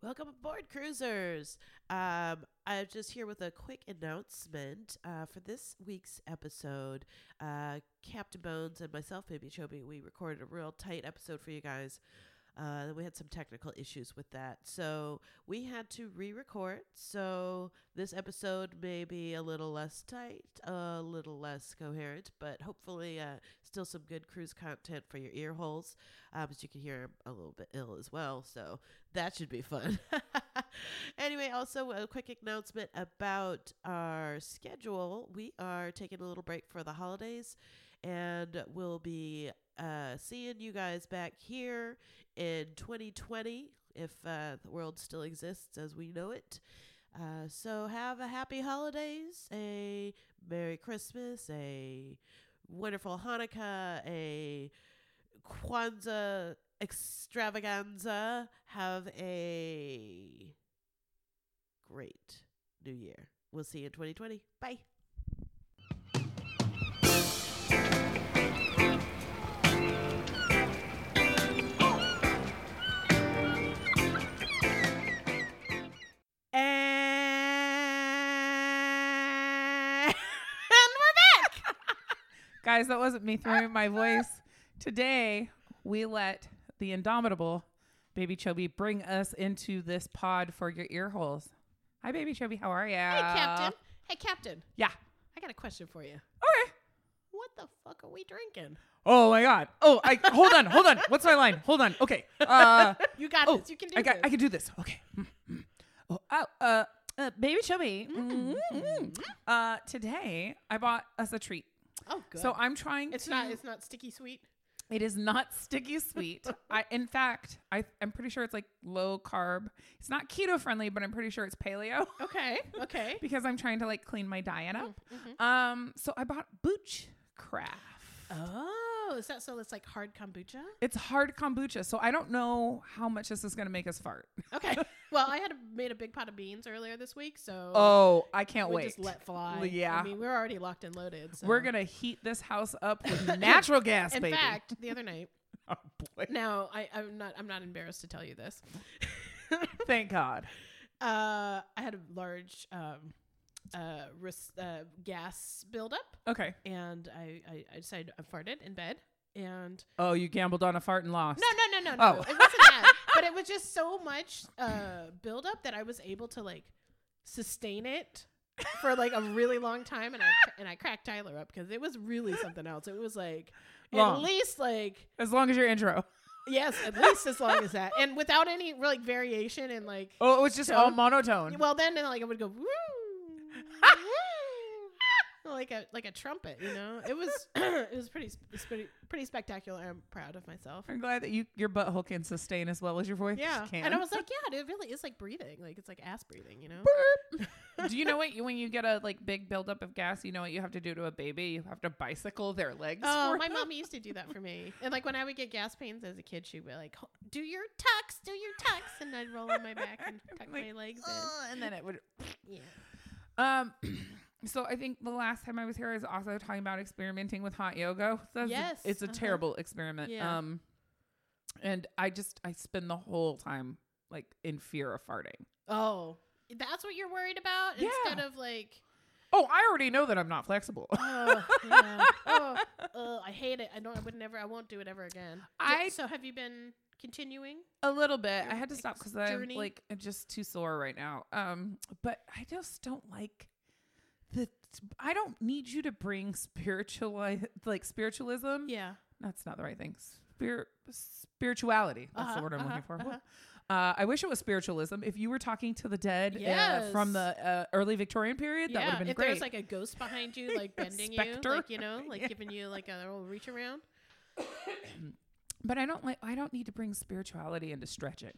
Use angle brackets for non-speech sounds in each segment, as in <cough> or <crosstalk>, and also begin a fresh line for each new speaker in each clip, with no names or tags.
Welcome aboard, cruisers. Um, I'm just here with a quick announcement uh, for this week's episode. Uh, Captain Bones and myself, Baby Chobi, we recorded a real tight episode for you guys. Uh, we had some technical issues with that, so we had to re-record. So this episode may be a little less tight, a little less coherent, but hopefully, uh, still some good cruise content for your ear holes. Um, as you can hear, I'm a little bit ill as well, so that should be fun. <laughs> anyway, also a quick announcement about our schedule. We are taking a little break for the holidays, and we'll be uh, seeing you guys back here in 2020 if uh, the world still exists as we know it. Uh, so have a happy holidays, a Merry Christmas, a wonderful Hanukkah, a Kwanzaa extravaganza. Have a great new year. We'll see you in 2020. Bye.
<laughs>
And we're back.
Guys, that wasn't me throwing
<laughs>
my voice. Today, we let the indomitable Baby Chobi bring us into this pod for your ear holes. Hi, Baby Chobi. How are you?
Hey, Captain. Hey, Captain.
Yeah.
I got a question for you.
Okay.
What the fuck are we drinking?
Oh, my God. Oh, I hold on. Hold on. What's my line? Hold on. Okay.
<laughs>
Uh,
You got
oh,
this. You can do
I, got,
this.
I can do this. Okay. Mm, mm. Oh, oh, uh, uh, Baby Chobi. Mm,
Mm-hmm.
mm. Uh, today, I bought us a treat.
oh, good.
So I'm trying
it's
to.
not. It's not sticky sweet.
It is not sticky <laughs> sweet. I, in fact, I, I'm pretty sure it's like low carb. It's not keto friendly, but I'm pretty sure it's <laughs> paleo
Okay. Okay.
because I'm trying to like clean my diet up. Um, so I bought Booch Craft.
oh, is that so? It's like hard kombucha.
It's hard kombucha, so I don't know how much this is going to make us fart.
<laughs> Okay. well, I had a, made a big pot of beans earlier this week, so
Oh, I can't
we
wait.
just let fly.
Yeah.
I mean, we're already locked and loaded. So.
We're gonna heat this house <laughs> up with natural gas,
In
baby.
fact, the other night.
oh boy! <laughs>
Now, I, I'm not. I'm not embarrassed to tell you this.
Thank <laughs> God.
Uh, I had a large um, uh, ris- uh, gas buildup.
Okay.
and I, I, I decided I farted in bed. And
Oh, you gambled on a fart and lost.
no, no, no, no, no.
Oh.
It
<laughs>
wasn't that. but it was just so much uh, buildup that I was able to like sustain it for like a really long time. And I and I cracked Tyler up because it was really something else. It was like
Long.
at least like
As long as your intro.
yes, at least as long as that, and without any like variation and like.
Oh, it was just
Tone.
all monotone.
Well, then like I would go woo, woo, like a like a trumpet, you know. It was <clears throat> it was pretty sp- it's pretty pretty spectacular. I'm proud of myself.
I'm glad that you your butthole can sustain as well as your <laughs> voice
Yeah,
can.
and I was like, yeah, it really is like breathing, like it's like ass breathing, you know.
do you know what? You, when you get a like big buildup of gas, you know what you have to do to a baby? You have to bicycle their legs.
Oh,
for
my
them.
mom used to do that
<laughs>
for me, and like when I would get gas pains as a kid, she'd be like, "Ho- "Do your tucks, do your tucks," and I'd roll on my back and
<laughs>
tuck
Like,
my legs
"Ugh," Uh, and then it <laughs> would.
in. Yeah.
Um, <clears throat> so I think the last time I was here, I was also talking about experimenting with hot yoga. That's a-
Yes,
it's a
uh-huh.
terrible experiment.
Yeah.
Um, and I just I spend the whole time like in fear of farting.
Oh, that's what you're worried about
Yeah.
instead of like.
<laughs> Oh, I already know that I'm not flexible. <laughs>
oh, yeah. oh, oh, I hate it. I don't. I would never. I won't do it ever again. Ju-
I-
So have you been continuing?
A little bit. I
Your
had to stop
ex-
because I'm
journey?
like I'm just too sore right now. Um, but I just don't like the. I don't need you to bring spiritual like spiritualism.
Yeah.
that's not the right thing. Spirit spirituality. That's the
Uh-huh,
word I'm
uh-huh,
looking for. Uh, I wish it was spiritualism. If you were talking to the dead uh, from
Yes.
the uh, early Victorian period, that would
yeah.
have been
if
great.
there's like a ghost
<laughs>
behind you, like bending you,
Spectre.
like you know, like
<laughs> Yeah.
giving you like a little reach around.
But I don't like I don't need to bring spirituality into stretching.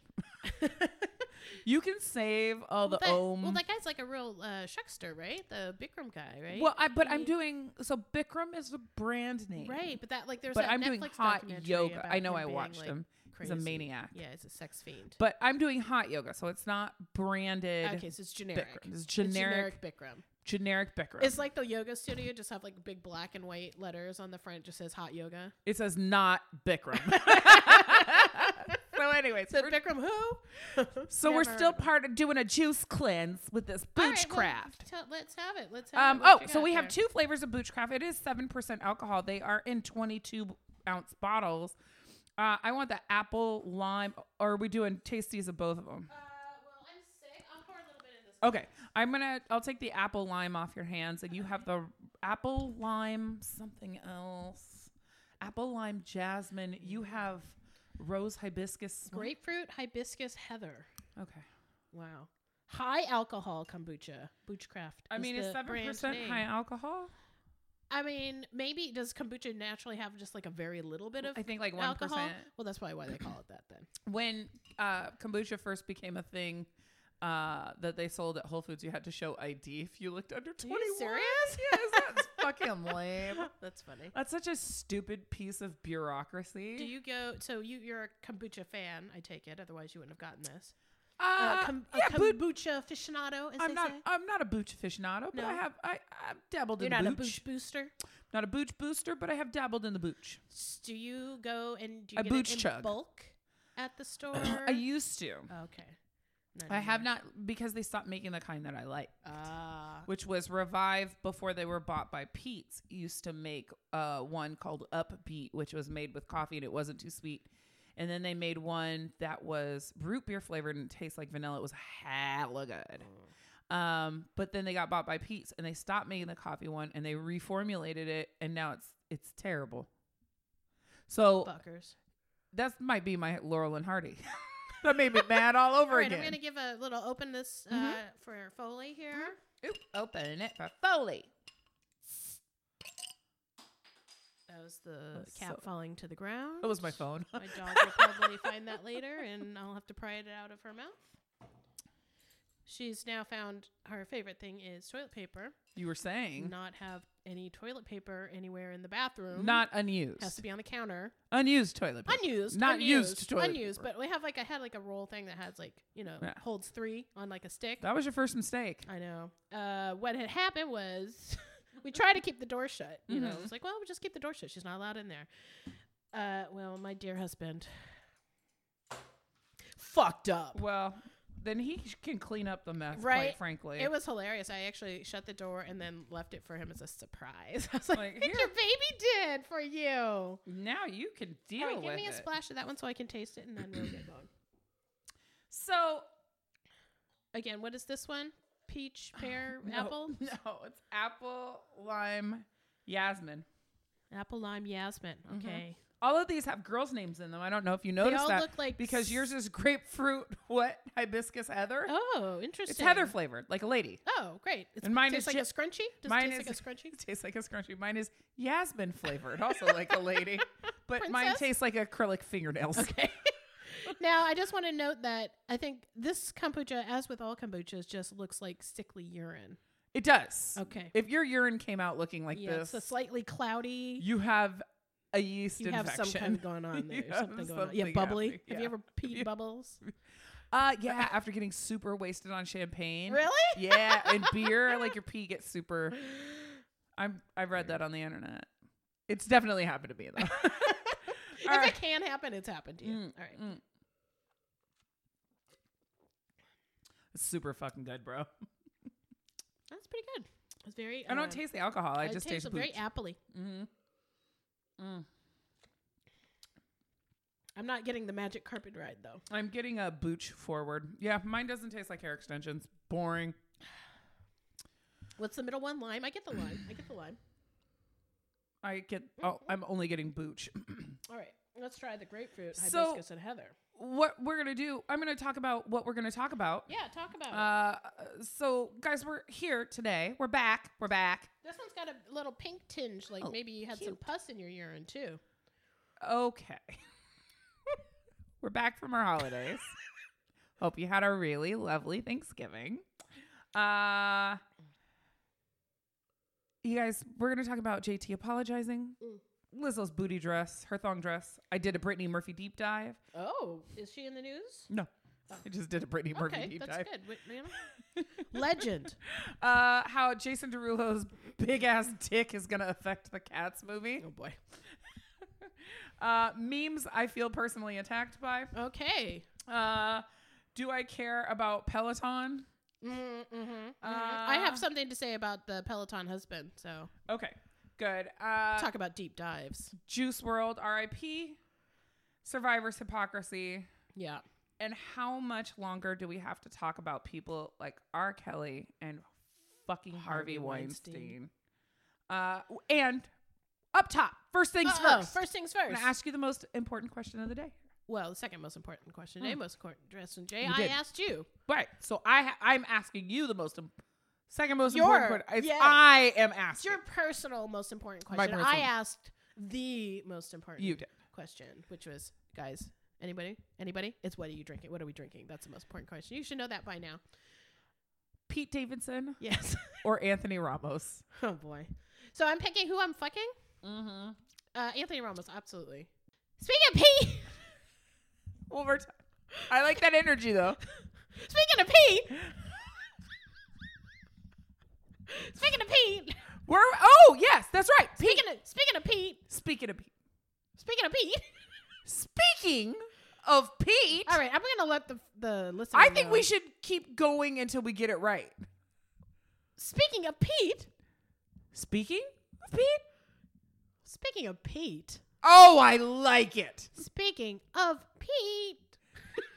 <laughs> you can save all the
well, that,
om.
well, that guy's like a real uh, shuckster, right? The Bikram guy, right?
Well, I, but I'm
He-
doing so. Bikram is a brand name,
right. But that like there's.
But
that
I'm
Netflix
doing hot
documentary
yoga.
about
I know
him
I
being,
watched
like,
him.
Crazy.
He's a maniac.
Yeah, he's a sex fiend.
But I'm doing hot yoga, so it's not branded.
okay, so it's generic.
Bikram. It's generic-
Bikram.
Generic Bikram.
It's like the yoga studio just have like big black and white
<laughs>
<laughs> letters on the front just says hot yoga.
it says not Bikram. so anyways,
Said
we're-
Bikram who?
so we're
never-
still part of doing a juice cleanse with this
All right,
boochcraft.
well, tell- let's have it. Let's have
Um,
it.
oh,
What you
so
got
we have
there?
two flavors of Boochcraft. It is 7% alcohol. They are in 22 ounce bottles. Uh, I want the apple, lime, or are we doing tasties of both of them?
Uh, well, I'm sick. I'll pour a little bit in this.
Okay. I'm going to, I'll take the apple lime off your hands, and you have the apple lime something else. Apple lime jasmine. You have rose hibiscus. sm-
Grapefruit, hibiscus, heather.
Okay.
Wow. High alcohol kombucha. Boochcraft.
I
is
mean, is
the brand
7%
name.
high alcohol?
I mean, maybe does kombucha naturally have just like a very little bit of
I think like 1%.
alcohol? Well, that's probably why they call it that then.
when uh, kombucha first became a thing uh, that they sold at Whole Foods, you had to show ID if you looked under
Are
21.
you
<laughs>
serious?
Yes,
<laughs>
that's fucking lame.
That's funny.
<coughs> That's such a stupid piece of bureaucracy.
Do you go? So you you're a kombucha fan, I take it. Otherwise, you wouldn't have gotten this.
Uh,
a com-
yeah,
a
boot-
kombucha aficionado, as
I'm
they
not.
say.
I'm not a booch aficionado, but I
No.
have. I, I've dabbled
You're
in
not
booch.
a booch booster.
Not a booch booster, but I have dabbled in the booch.
S- Do you go and do you
I
get it
booch
in
chug.
bulk
<coughs>
at the store?
I used to.
okay. Not
I have
anymore.
not because they stopped making the kind that I like.
Ah,
which was Revive before they were bought by Pete's, used to make uh, one called Upbeat, which was made with coffee and it wasn't too sweet. And then they made one that was root beer flavored and it tastes like vanilla. It was hella good. Um, but then they got bought by Pete's and they stopped making the coffee one and they reformulated it and now it's it's terrible. So
fuckers.
that might be my Laurel and Hardy. <laughs> that made me mad all over
All right,
again. Mm-hmm.
I'm gonna give a little open this uh, for Foley here.
Oop, open it for Foley.
That was the
was
cap
Oh, so-
falling to the ground.
That was my phone.
My
<laughs>
dog will probably find that later, and I'll have to pry it out of her mouth. She's now found her favorite thing is toilet paper.
You were saying.
Not have any toilet paper anywhere in the bathroom.
Not unused.
has to be on the counter.
unused toilet paper.
Unused,
Not
unused,
used toilet
unused.
paper.
But we have like I had like a roll thing that has like you know
Yeah.
holds three on like a stick.
That was your first mistake.
I know. Uh, what had happened was <laughs> we tried to keep the door shut. You
Mm-hmm.
know, it was like, well, we'll just keep the door shut. She's not allowed in there. Uh, well, my dear husband fucked up.
Well, then he sh- can clean up the mess,
Right.
quite frankly.
It was hilarious. I actually shut the door and then left it for him as a surprise. <laughs> I was like,
Like,
"Look
here."
your baby did for you.
now you can deal
All right,
with
give me a
it.
splash of that one so I can taste it and then we'll
<coughs>
get going.
So
Again, what is this one?
<sighs>
Peach, pear,
no,
apple?
<laughs> No, it's apple, lime, yasmin.
Apple, lime, yasmin.
Mm-hmm.
Okay.
All of these have girls' names in them. I don't know if you noticed
all
that
look like
because yours is grapefruit. <laughs> What hibiscus heather?
Oh, interesting.
it's heather flavored, like a lady.
Oh, great. It's,
And mine
tastes
is
like
ja-
a scrunchie? Does
mine
it taste
is-
like a
<laughs>
scrunchie?
It tastes like a scrunchie. Mine is yasmin flavored, also like a
<laughs>
lady, but mine
Princess?
tastes like acrylic fingernails.
Okay. now, I just want to note that I think this kombucha, as with all kombuchas, just looks like sickly urine.
It does.
Okay.
If your urine came out looking like
yeah,
this,
it's a slightly cloudy.
you have a yeast
you have
infection.
some kind of going on
You
there.
have
Something going on. Yeah,
something
bubbly.
happening,
Have
yeah.
you ever
<laughs>
peed bubbles?
<laughs> uh,
<laughs>
yeah, after getting super wasted on champagne.
Really?
Yeah,
<laughs>
and beer, like your pee gets
<gasps>
super. I'm. I read that on the internet. It's definitely happened to me
<laughs>
though. <laughs>
if
All
it can happen, it's happened to you.
Mm,
All right.
mm. It's super fucking good, bro.
That's pretty good. It's very.
I
um,
don't taste the alcohol. I
it
just
tastes
taste
very
booch.
appley.
Mhm. Mm.
I'm not getting the magic carpet ride though.
I'm getting a booch forward. Yeah, mine doesn't taste like hair extensions. Boring.
What's the middle one? Lime. I get the lime. I get the lime.
I get. Oh,
Mm-hmm.
I'm only getting booch. <clears throat>
All right. Let's try the grapefruit,
So-
hibiscus, and heather.
what we're gonna do? I'm gonna talk about what we're gonna talk about.
Yeah, talk about it.
<laughs> Uh, so guys, we're here today. We're back. We're back.
This one's got a little pink tinge, like
Oh,
maybe you had some
cute.
pus in your urine too.
Okay. <laughs> we're back from our
<laughs>
holidays. Hope you had a really lovely Thanksgiving. Uh, you guys, we're gonna talk about JT apologizing.
Mm.
Lizzo's booty dress, her thong dress. I did a Brittany Murphy deep dive.
Oh, is she in the news?
No, I just did a Brittany Murphy
Oh. okay,
deep
that's
dive.
good. Wait, ma'am. <laughs> Legend.
uh, how Jason
Oh,
Derulo's big ass dick is gonna affect the Cats movie.
boy.
Uh, memes I feel personally attacked by.
Okay.
Uh, do I care about Peloton?
Mm-hmm, I
Uh,
have something to say about the Peloton husband. So
Okay, good. Uh,
talk about deep dives.
Juice World, R.I.P. Survivor's hypocrisy,
Yeah.
and how much longer do we have to talk about people like R. Kelly and fucking Harvey,
Harvey
Weinstein?
Weinstein.
Uh, and up top, first things
Uh-oh,
first.
First things
I'm
first.
gonna ask you the most important question of the day.
well, the second most important question today, most important question, Jay.
You
I
did.
asked Hmm. you.
Right. So I ha- I'm asking you the most imp- second most important
Your-
question. It's
yeah.
I am
It's
asking.
your personal most important
My
question. I
personal.
asked the most important
You did.
question, which was, guys, anybody? Anybody? It's what are you drinking? What are we drinking? That's the most important question. You should know that by now.
Pete Davidson <laughs>
Yes.
or Anthony Ramos?
oh boy. So I'm picking who I'm fucking?
Mm-hmm.
Uh, Anthony Ramos, absolutely. Speaking of pee,
One more time. I like that energy though.
<laughs> speaking of pee, <laughs> speaking of Pete,
We're oh yes, that's right. Pete.
speaking of speaking of Pete,
Speaking of Pete.
speaking of Pete. <laughs>
Speaking of Pete,
All right, I'm gonna let the the listener.
I think
know.
we should keep going until we get it right.
Speaking of Pete,
Speaking of Pete.
speaking of Pete,
Oh, I like it.
speaking of
<laughs>
Pete.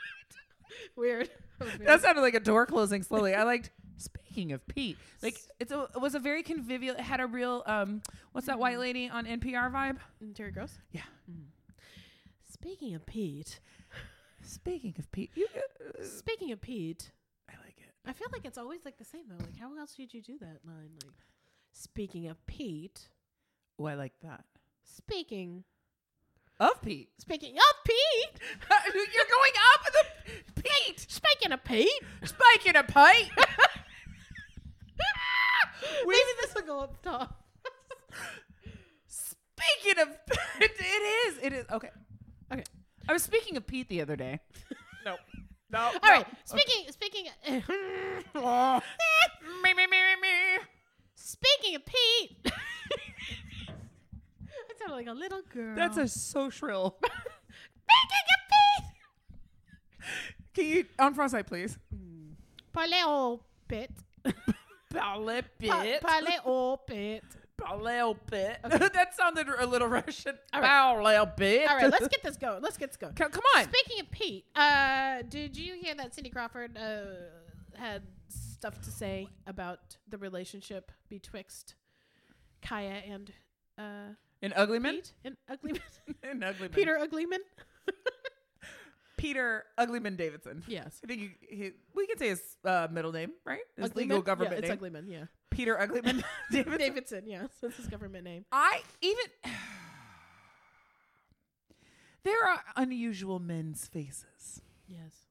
<laughs> Weird. That was weird.
That sounded like a door closing slowly. I liked. Speaking of Pete, like it's a, it was a very convivial. It had a real um, what's that white lady on NPR vibe?
Mm, Terry Gross. Mm-hmm.
Yeah.
Speaking of Pete,
Speaking of Pete, you, uh,
speaking of Pete,
I like it.
I feel like it's always like the same though. Like, how else would you do that line? Like, speaking of Pete,
Oh, I like that.
speaking,
Of Pete,
speaking of Pete,
you're going up with the Pete.
speaking of
<gasps>
Pete.
Speaking of Pete,
Maybe this will go up top. <laughs>
speaking of <laughs> it is it is okay.
Okay.
I was speaking of Pete the other day. No, no. All
All right. Speaking, speaking, <laughs>
<laughs> me me me me me.
speaking of Pete. <laughs> I sound like a little girl.
That's a so shrill. <laughs>
speaking of Pete.
Can you on front side,
<laughs>
please?
Parlez au pit.
Parle
Pa- Parlez au pit.
Parle <laughs> bit. that sounded a little Russian.
All
Parle bit.
All right, let's get this going. Let's get this
<laughs>
going.
come, come on.
Speaking of Pete, uh, did you hear that Cindy Crawford uh, had stuff to say about the relationship betwixt Kaya and uh,
An ugly man.
Pete and <laughs> Uglyman?
An ugly man.
Peter Uglyman?
Peter Uglyman Davidson.
Yes.
I think you, he, we can say his uh, middle name, right? His
Uglyman?
legal government
yeah,
name.
It's Uglyman, yeah.
Peter
<laughs>
Uglyman <laughs> Davidson.
Davidson, yeah. That's his government name.
I even. <sighs> there are unusual men's faces,
Yes.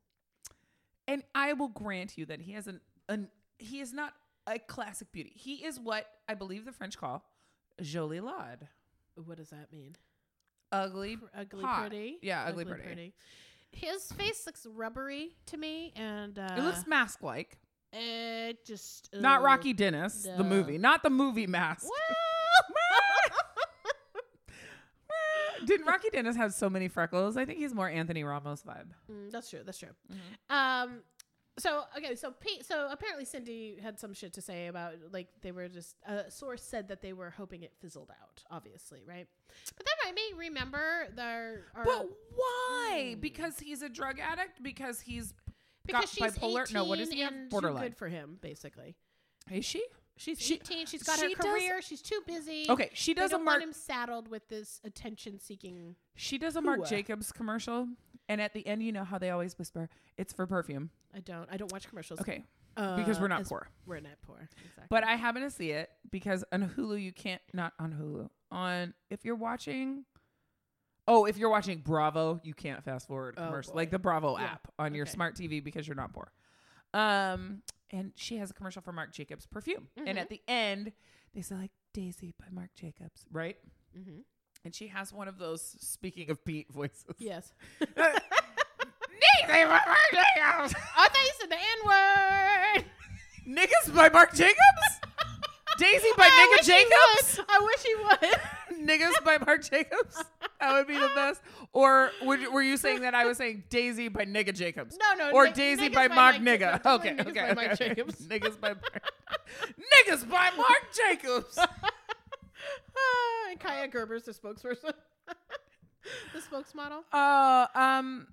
and I will grant you that he has an, an he is not a classic beauty. He is what I believe the French call jolie lard,
What does that mean?
ugly,
Pr- ugly
hot.
pretty.
Yeah, ugly, pretty.
His face looks rubbery to me, and uh,
It looks mask like,
it Eh, just
not
ugh.
Rocky Dennis, the
no.
movie, not the movie mask.
Well,
<laughs> Didn't Rocky Dennis have so many freckles? I think he's more Anthony Ramos vibe.
Mm, that's true. That's true.
Mm-hmm.
Um, so okay, so Pete, so apparently Cindy had some shit to say about like they were just a source said that they were hoping it fizzled out, obviously, right? But then I may remember their our,
But why? Because he's a drug addict. Because he's
Hmm. because
got
she's
bipolar. No, what is
18
he?
and too
Borderline.
good for him, basically.
Is she?
She's
She-
18. She's got
she
her
does-
career. She's too busy.
Okay, she
They
does a
don't
Mark.
want him saddled with this attention-seeking.
She does a Mark
Whoa.
Jacobs commercial, and at the end, you know how they always whisper, "It's for perfume."
I don't. I don't watch commercials.
Okay,
uh,
because we're not
as-
poor.
We're not poor. Exactly.
But I happen to see it because on Hulu you can't not on Hulu on if you're watching. Oh, if you're watching Bravo, you can't fast forward
Oh,
commercial
boy.
like the Bravo
Yeah.
app on your
Okay.
smart TV because you're not poor. Um, and she has a commercial for Marc Jacobs perfume, and
Mhm.
at the end they say like Daisy by Marc Jacobs, right?
mm-hmm.
And she has one of those speaking of Pete voices.
Yes.
Daisy by Marc Jacobs,
I thought you said the
<laughs>
N word.
niggas by Marc Jacobs, Daisy by Nigga
I <laughs> wish he
Jacobs,
I wish he would. <laughs>
niggas by Marc Jacobs. That would be the best. Or would you, were you saying that I was saying Daisy by Nigga Jacobs?
No, no.
Or
Nick-
Daisy
Nick is
by Mark
Mike
Nigga.
Jacobs. No,
okay,
totally Nick is
okay,
by Mike
okay. <laughs>
Jacobs.
Niggas by Niggas by Mark
<laughs>
Jacobs.
Ah, and Kaya Gerber's the spokesperson. <laughs> the spokesmodel.
Oh, um,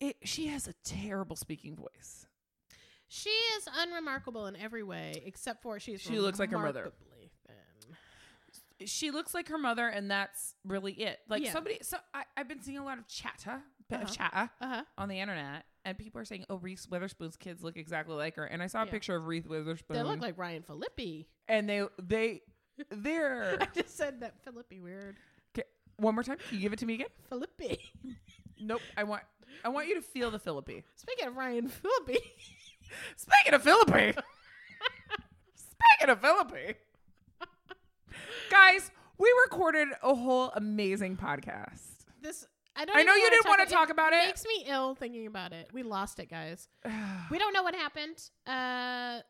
it, she has a terrible speaking voice.
She is unremarkable in every way except for she's
She looks like her mother.
remarkably thin.
She looks like her mother, and that's really it. Like
Yeah.
somebody, so I, I've been seeing a lot of chatter, bit of
Uh-huh.
chatter
Uh-huh.
on the internet, and people are saying, "Oh, Reese Witherspoon's kids look exactly like her." And I saw a
Yeah.
picture of Reese Witherspoon,
They look like Ryan Filippi.
and they they they're
<laughs> I just said that Filippi weird.
Okay, one more time. Can you give it to me again?
Filippi.
Nope. I want I want you to feel the Philippi.
<laughs> Speaking of Ryan Philippi, <laughs>
Speaking of Philippi. <laughs> Speaking of Philippi. Guys, we recorded a whole amazing podcast.
this I don't
I know
even
you
wanna
didn't wanna talk about it.
It makes me ill thinking about it. We lost it, guys.
<sighs>
<sighs> <laughs> we don't know what happened. Uh,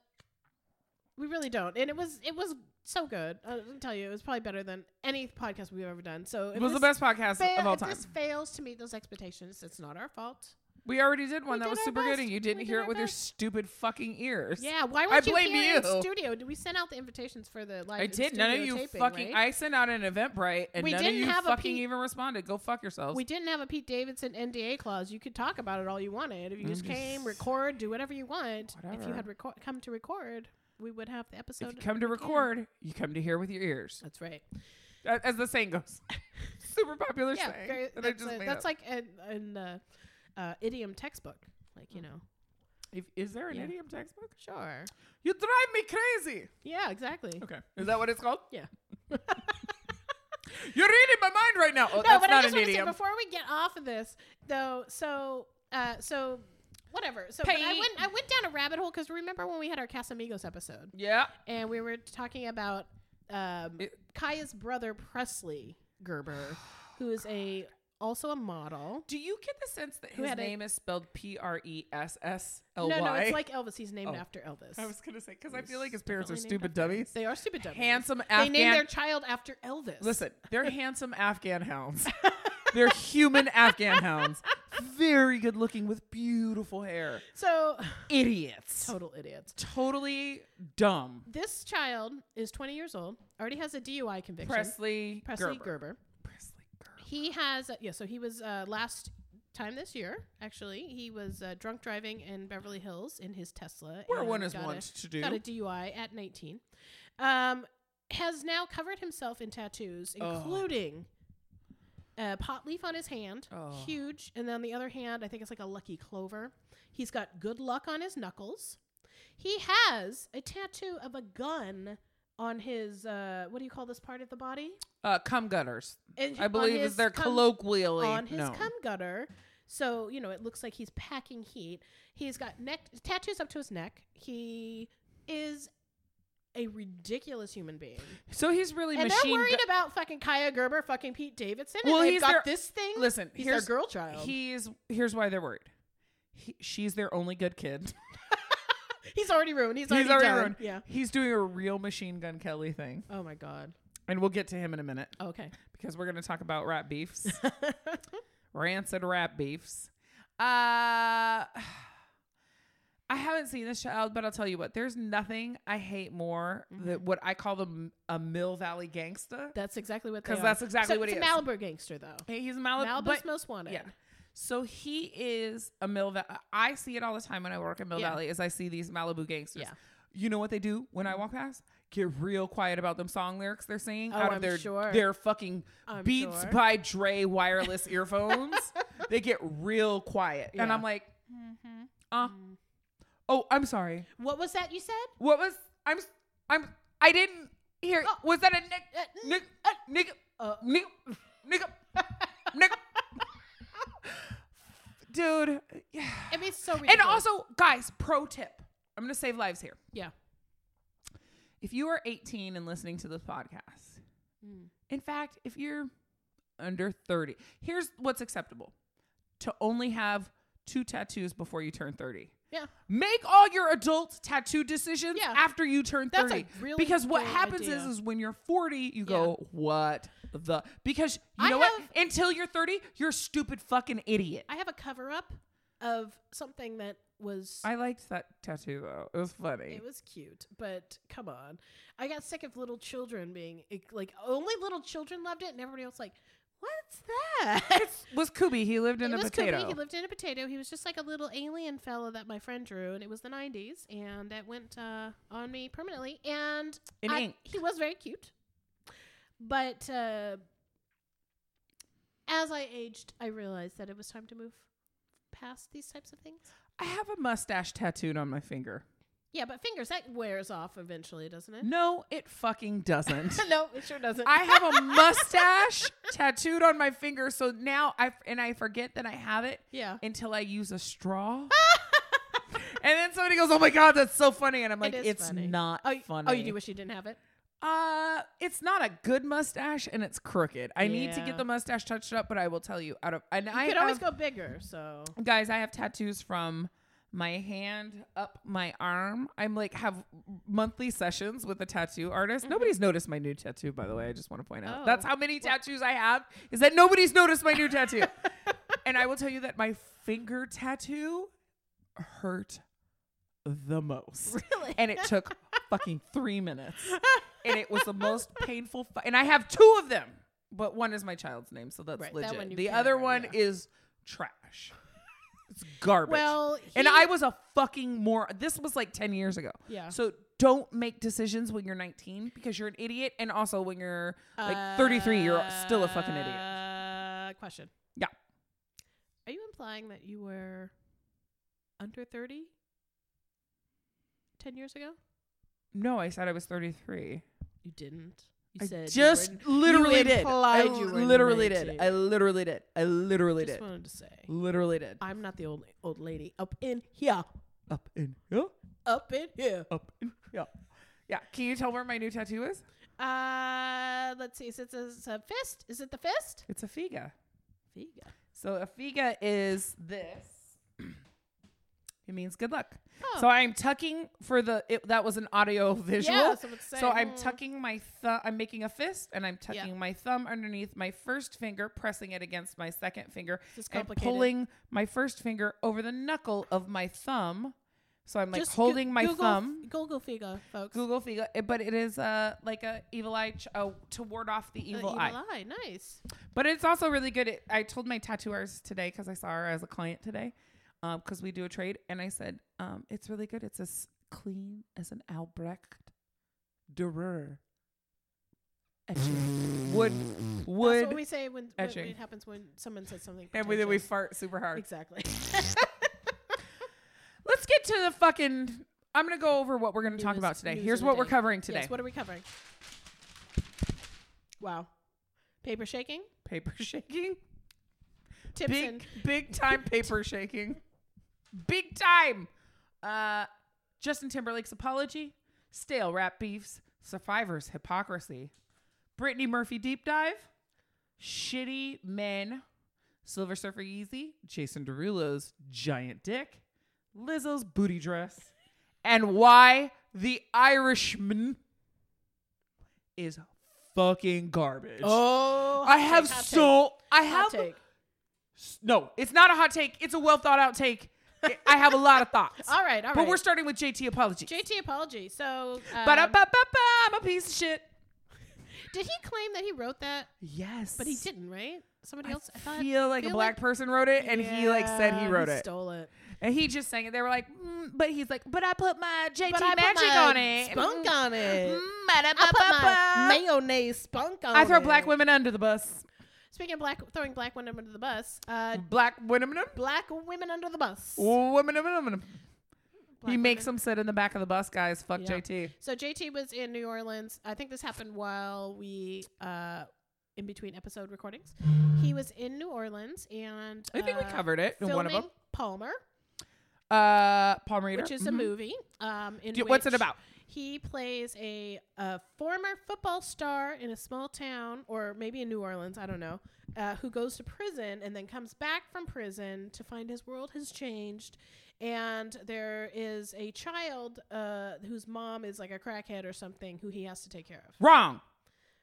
we really don't. And it was it was so good. I'll tell you, it was probably better than any podcast we've ever done. So if
It was the
this
best podcast
fail-
of all
if
time.
this fails to meet those expectations, it's not our fault.
We already did one
We
that
did
was
our
super good
best.
and you
We
didn't
did
hear
our
it with
best.
your stupid fucking ears.
Yeah, why
I
weren't you
blame
here in
you.
studio? Did we send out the invitations for the live?
I did. None of
studio
you
taping,
fucking.
right?
I sent out an Eventbrite, and
We
none of
didn't
you
have a
fucking
P-
even responded. Go fuck yourselves.
We didn't have a Pete Davidson NDA clause. You could talk about it all you wanted. If you
I'm
just,
just-
came, record, do whatever you want. If
Whatever.
you had reco- come to record, we would have the episode.
if you come to
in our can.
record, you come to hear with your ears.
That's right.
A- as the saying
<laughs>
goes. Super popular
yeah,
saying.
very,
that I
that's,
just
a-
made up.
that's like an, an uh, uh, idiom textbook. Like
Hmm.
you know,
If, is there an
Yeah.
idiom textbook? <laughs>
sure.
You drive me crazy.
Yeah, exactly.
Okay, is that what it's called?
Yeah.
<laughs> You're reading my mind right now. Oh,
no,
that's
but
not
I just
an
want to say
idiom.
before we get off of this, though. So, uh, so whatever. So but I
Paint.
went I went down a rabbit hole because remember when we had our Casamigos episode
yeah.
and we were talking about um,
It-
Kaya's brother Presley
<sighs>
Gerber, who is a also a model.
Do you get the sense that
Who
his
had a-
name is spelled P R E S S L Y?
No, no, it's like Elvis. He's named
Oh.
after Elvis.
<laughs> I was gonna say because I feel like his parents are
definitely named
stupid dummies.
they are stupid dummies.
Handsome
They
Afghan.
named their child after Elvis.
<laughs> Listen,
<laughs>
they're handsome Afghan hounds. they're human Afghan hounds. Very good looking with beautiful hair.
So
Idiots.
total idiots.
totally dumb.
This child is 20 years old. Already has a DUI conviction.
Presley,
Presley
Gerber.
Gerber.
Presley Gerber.
He has yeah. So he was uh, last time this year. Actually, he was uh, drunk driving in Beverly Hills in his Tesla.
Where
and
one is
got a-
wont to do.
Got a DUI at 19. Um, has now covered himself in tattoos,
Oh.
including a pot leaf on his hand,
Oh.
huge, and then on the other hand, I think it's like a lucky clover. He's got good luck on his knuckles. He has a tattoo of a gun on his uh, what do you call this part of the body?
Uh, cum gutters.
And
I
on
believe is
his
their
cum-
colloquially
on his
known.
cum gutter. So, you know, it looks like he's packing heat. He's got neck tattoos up to his neck. He is a ridiculous human being.
So he's really
and they're
machine.
worried
gu-
about fucking Kaya Gerber, fucking Pete Davidson.
Well,
and they've
he's
got
their-
this thing.
Listen,
he's their
here's
girl child.
he's here's why they're worried. He, she's their only good kid. <laughs>
he's already ruined. He's, already, done.
ruined.
Yeah.
He's doing a real machine gun Kelly thing,
Oh my god.
and we'll get to him in a minute
Okay.
because we're gonna talk about rat beefs,
<laughs>
rancid rat beefs. Uh, I haven't seen this child, but I'll tell you what. There's nothing I hate more
Mm-hmm.
than what I call them a Mill Valley gangsta.
That's exactly what. they
'Cause
are.
that's exactly
So
what
it's
he
a
is.
Malibu gangster, though.
Hey, He's Malibu.
Malibu's
but-
most wanted.
yeah. So he is a Mill Valley. I see it all the time when I work in Mill
Yeah.
Valley. Is I see these Malibu gangsters.
Yeah.
You know what they do when I walk past? Get real quiet about them song lyrics they're singing
Oh,
out of
I'm
their
sure.
their fucking
I'm
Beats
sure.
by Dre wireless earphones. They get real quiet, and
Yeah.
I'm like, uh, oh, I'm sorry.
What was that you said?
What was I'm I'm I didn't hear.
Oh.
Was that a nick
Uh,
nick
uh,
nick
uh,
Nigga, nigga,
<laughs>
nigga. Dude. Yeah.
I mean, it's so ridiculous.
And also, guys, pro tip. I'm going to save lives here.
yeah.
If you are 18 and listening to this podcast,
Mm.
in fact, if you're under 30, here's what's acceptable to only have two tattoos before you turn 30.
Yeah.
Make all your adult tattoo decisions
Yeah.
after you turn 30.
That's a really
because what
good
happens
idea.
is is when you're 40, you go, "What the?" Because you
I
know what?
have-
Until you're 30, you're a stupid fucking idiot.
I have a cover up of something that was
I liked that tattoo though. It was funny.
It was cute, but come on. I got sick of little children being like only little children loved it, and everybody else like, what's that?
was Kubi. He <laughs> lived in
it
a
was
potato.
Kobe. He lived in a potato. He was just like a little alien fellow that my friend drew, and it was the '90s, and that went uh, on me permanently. And
In
I-
ink.
he was very cute, but uh, as I aged, I realized that it was time to move past these types of things.
I have a mustache tattooed on my finger.
Yeah, but fingers that wears off eventually, doesn't it?
No, it fucking doesn't.
<laughs> no, it sure doesn't.
I have a mustache tattooed on my finger, so now I and I forget that I have it
yeah.
until I use a straw.
<laughs>
and then somebody goes, "Oh my god, that's so funny!" And I'm like,
is
"It's
funny.
not
Oh, y-
funny."
Oh, you do wish you didn't have it.
Uh, it's not a good mustache, and it's crooked. I need to
Yeah.
get the mustache touched up, but I will tell you out of and I
You could
have,
always go bigger. So
guys i have tattoos from my hand up my arm i'm like have monthly sessions with a tattoo artist nobody's noticed my new tattoo by the way i just want to point out
Mm-hmm. Oh.
that's how many tattoos i have is that nobody's noticed my new
<laughs>
tattoo and i will tell you that my finger tattoo hurt the most
<laughs> really,
and it took <laughs> fucking three minutes and it was the most painful fu- and i have two of them but one is my child's name so that's
Right, that
legit
one you
the
can't
other
remember,
one
yeah.
is trash it's garbage
well,
and
he- Uh.
i was a fucking more this was like 10 years ago
<laughs> Yeah.
so don't make decisions when you're 19 because you're an idiot and also when you're like 33 you're still a fucking idiot
Uh, question.
Yeah.
Are you implying that you were under thirty ten years ago?
no i said i was 33
You didn't. You
I
said you were
just
n-
literally
you
did. I
implied you were
literally did.
19.
I literally did. I literally
just
did.
wanted to say
Literally did.
I'm not the old old lady up in here,
Up in here.
up in here.
Up <laughs> in here. Yeah. Can you tell where my new tattoo is?
Uh, let's see. Is it a, it's a fist? Is it the fist?
It's a figa.
Figa.
So a figa is this. <clears throat> It means good luck.
Oh.
So I'm tucking for the it, that was an audio visual.
Yeah, so it's
so
saying,
I'm
mm.
tucking my thumb. I'm making a fist, and I'm tucking my thumb underneath my first finger, pressing it against my second finger,
This is
and
complicated.
pulling my first finger over the knuckle of my thumb. So I'm like
Just go-
holding my
Google,
thumb.
Google Figa, folks.
Google Figa, it- eh, but it is uh, like a evil eye ch- uh, to ward off the
The
evil, eye.
Nice.
But it's also really good. It, I told my tattoo artist today because I saw her as a client today, because we do a trade, and I said um, it's really good. It's as clean as an Albrecht Dürer etching. wood
<laughs> That's what
wood,
we say when, when
etching.
it happens when someone says something.
and we, then we
pretentious.
fart super hard.
exactly.
Let's get to the fucking. I'm gonna go over what we're gonna talk
News-
about today.
news
Here's
of the
what we're
day.
covering <laughs> today:
Yes, what are we covering? Wow. Paper shaking. <laughs>
paper shaking.
Tips and
<laughs> big big
<laughs>
time paper shaking big time uh justin timberlake's apology stale rap beefs survivors hypocrisy brittany murphy deep dive shitty men silver surfer yeezy jason derulo's giant dick lizzo's booty dress and why the irishman is fucking garbage
Oh,
i have
hot take, hot
so i
take,
have
hot take.
S- No, it's not a hot take. It's a well thought out take. I- I have a lot of thoughts.
<laughs> All right, all right.
but we're starting with JT apology.
JT apology. So, um,
Ba da ba ba ba. I'm a piece of shit.
did he claim that he wrote that?
Yes.
But he didn't, right? Somebody else. I
I
thought.
feel like a
feel
black
like-
person wrote it, and he like said he
Yeah,
wrote it,
Stole it.
and he just sang it. They were like, mm, but he's like, but I put my JT
But I put
magic
my
on it,
Spunk
Mm,
on it.
mm, ba da
I
ba
put my
ba ba.
mayonnaise spunk on
I throw
it.
black women under the bus.
Speaking of black, throwing black women under the bus, uh,
Black women,
black women under the bus.
women, women, women.
Black
He makes
women.
them sit in the back of the bus, guys. Fuck
Yeah.
JT.
So JT was in New Orleans. I think this happened while we, uh, in between episode recordings, he was in New Orleans and
I think we
uh,
covered it in one
filming
of them.
Palmer,
Uh, Palm Reader,
which is a
Mhm.
movie. Um, in
Do- what's it
which
about?
He plays a, a former football star in a small town, or maybe in New Orleans, I don't know, uh, who goes to prison and then comes back from prison to find his world has changed. And there is a child uh, whose mom is like a crackhead or something who he has to take care of.
Wrong.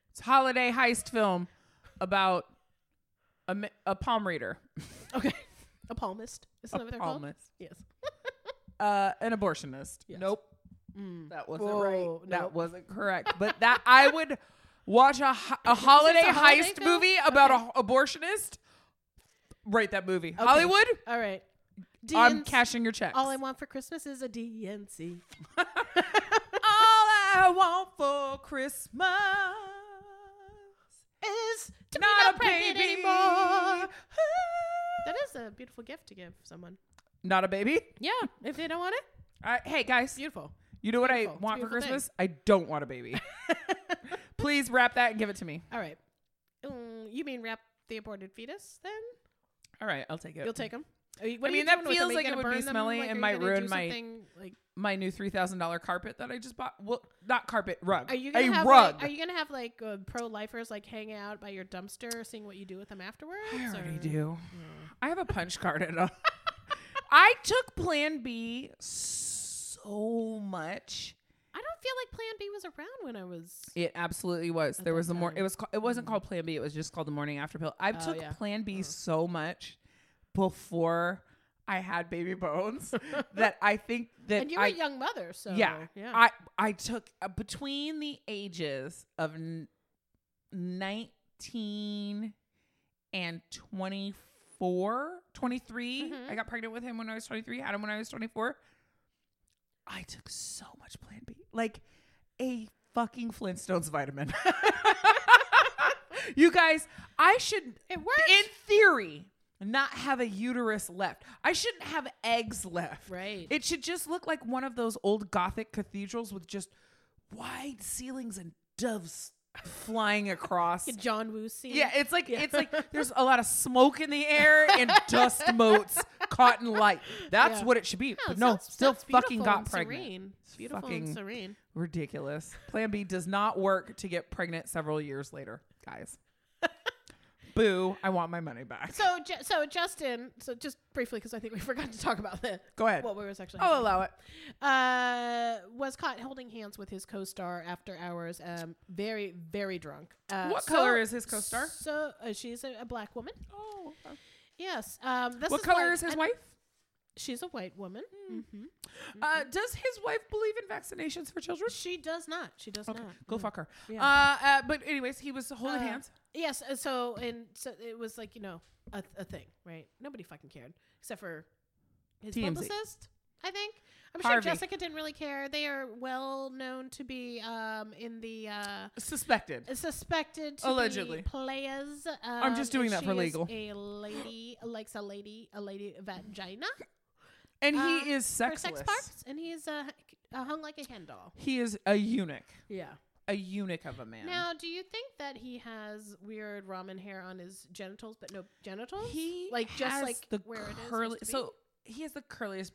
It's a holiday heist film about a, mi- a palm reader, <laughs>
Okay. A palmist. Isn't
a
that what they're called?
palmist,
Yes.
uh, an abortionist.
Yes. Mm.
Nope, that wasn't right.
Whoa,
That
nope.
wasn't correct. But that I would watch a, ho-
<laughs>
a holiday
a holiday
heist
film?
movie about
Okay.
a abortionist. Write that movie, Hollywood.
All right.
I'm
DNC
cashing your checks.
All I want for Christmas is a DNC.
All I want for Christmas
Is
not
to be
a
not pregnant
baby.
anymore. That is a beautiful gift to give someone.
<laughs> Not a baby.
Yeah, if they don't want it,
All right, hey guys,
beautiful.
you know what I
beautiful. It's a
want for
beautiful thing.
Christmas? I don't want a
<laughs>
baby. Please wrap that and give it to me.
All right. Mm, you mean wrap the aborted fetus then?
All right, I'll take it.
You'll take them.
I mean, that feels like it would be smelly and might ruin my-
Like,
my new three thousand dollar carpet that I just bought. Well, not carpet, rug.
are you
a
gonna have
rug?
Like, are you gonna have like uh, pro lifers like hang out by your dumpster, seeing what you do with them afterwards?
I already
or-
do.
Mm.
I have a punch card at
<laughs>
all. I took Plan B so much.
I don't feel like Plan B was around when I was.
It absolutely was.
At
there
that
was the more. It
time.
was. Ca- it wasn't called Plan B. It was just called the morning after pill. I
Oh,
took
yeah.
Plan B so much before I had baby
<laughs>
bones that I think that
And you were
I,
a young mother, so
yeah,
yeah.
I I took uh, between the ages of n- nineteen and 24, 23.
Mhm.
I got pregnant with him when I was twenty three. Had him when I was twenty four. I took so much Plan B, like a fucking Flintstones vitamin. <laughs> you guys, I should
it worked,
in theory not have a uterus left. I shouldn't have eggs left.
right?
It should just look like one of those old Gothic cathedrals with just wide ceilings and doves flying across.
Like a John Woo scene.
Yeah, it's like
Yeah.
it's like there's a lot of smoke in the air
<laughs>
and dust motes caught in light. That's
Yeah.
what it should be.
No,
But
it
no,
sounds-
still
sounds
fucking
beautiful
got
and
pregnant.
Serene. It's beautiful
fucking-
and serene.
Ridiculous. Plan B does not work to get pregnant several years later, guys.
<laughs>
Boo, I want my money back.
So, Ju- so Justin, so just briefly, because I think we <laughs> forgot to talk about the
Go ahead.
what we were actually.
I'll allow it.
Uh, was caught holding hands with his co-star after hours. Um, very, very drunk. Uh,
What
so-
color is his co-star?
So uh, she's a, a black woman.
Oh.
Yes. Um, this
What color
like
is his
an-
wife?
She's a white woman. hmm
Uh, does his wife believe in vaccinations for children?
She does not. She does
Okay,
not.
go
Mm.
fuck her.
Yeah.
Uh, uh, but anyways, he was holding
Uh,
hands.
Yes. uh, So and so it was like you know a, a thing, right? Nobody fucking cared except for his
TMZ.
publicist. I think I'm
Harvey.
sure Jessica didn't really care. They are well known to be um, in the uh,
Suspected.
suspected to
Allegedly.
be players. Um,
just doing
and
that for
she is
legal.
A lady likes a lady, a lady vagina
And
um,
he is
for
sexless.
sex parts, and he's uh, h- uh, hung like a hen doll.
He is a eunuch.
Yeah.
A eunuch of a man.
Now, do you think that he has weird ramen hair on his genitals, but no genitals?
he
like just
has
like
the
where it is
curly.
supposed to be?
So he has the curliest,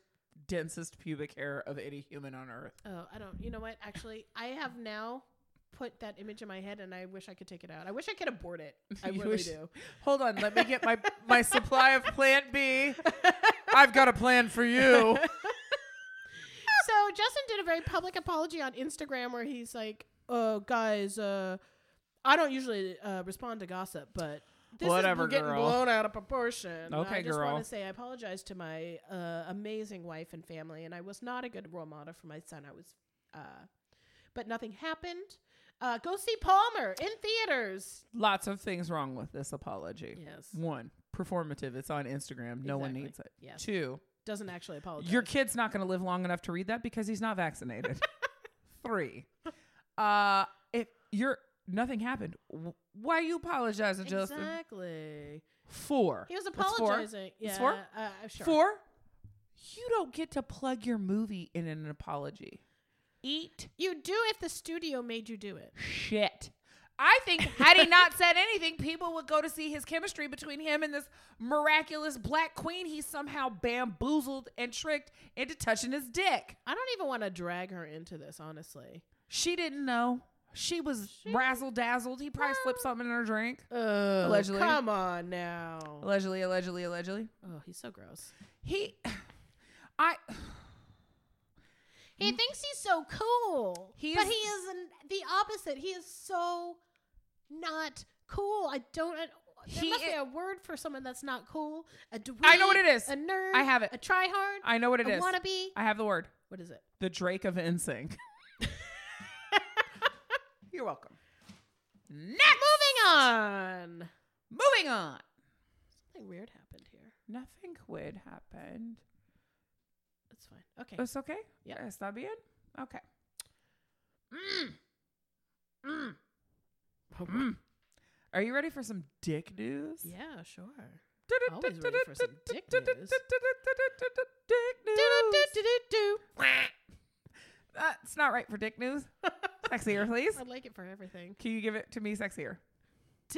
densest pubic hair of any human on earth.
Oh, I don't. You know what? Actually, I have now put that image in my head, and I wish I could take it out. I wish I could abort it.
<laughs>
I
You
really
wish-
do.
Hold on, let me get my my supply of Plan
<laughs>
B. I've got a plan for you.
so Justin did a very public apology on Instagram where he's like, "Oh, guys, uh, I don't usually uh, respond to gossip, but." This
Whatever,
is getting
girl."
blown out of proportion.
Okay,
I just
girl.
want to say I apologize to my uh, amazing wife and family, and I was not a good role model for my son. I was, uh, but nothing happened. Uh, go see Palmer in theaters.
Lots of things wrong with this apology.
Yes,
One, performative. It's on Instagram. No one
Exactly.
needs it.
Yes.
Two,
doesn't actually apologize.
your kid's not going to live long enough to read that because he's not vaccinated. Three, uh, if you're nothing happened, wh- why you apologizing, Justin?
exactly.
Four.
He was
That's four.
apologizing.
That's
Yeah,
four?
Uh, sure.
Four, you don't get to plug your movie in an apology. Eat
You do if the studio made you do it.
shit. I think had he not said anything, people would go to see his chemistry between him and this miraculous black queen he somehow bamboozled and tricked into touching his dick.
I don't even want to drag her into this, honestly.
She didn't know. She was razzle dazzled. He probably slipped something in her drink.
Oh,
Allegedly.
come on now.
Allegedly, allegedly, allegedly.
Oh, he's so gross.
He, I,
He thinks he's so cool,
He
but
is-
he is an, the opposite. He is so not cool. I don't. I, there
He
must be
i-
a word for someone that's not cool. A dweeb,
I know what it is.
A nerd.
I have it.
A tryhard.
I know what it
a
is.
wannabe.
I have the word.
What is it?
<laughs>
The Drake of NSYNC. You're welcome. Next.
Moving on.
Moving on.
Something weird happened here.
Nothing weird happened.
That's fine. Okay.
It's okay.
Yep.
Está bien. Okay.
Mm.
Oh,
Mm. Are you ready for some dick news?
Yeah, sure.
Always
Always ready for some dick news.
Dick news. That's not right for dick news. Sexier, please.
I'd like it for everything.
Can you give it to me sexier? <laughs>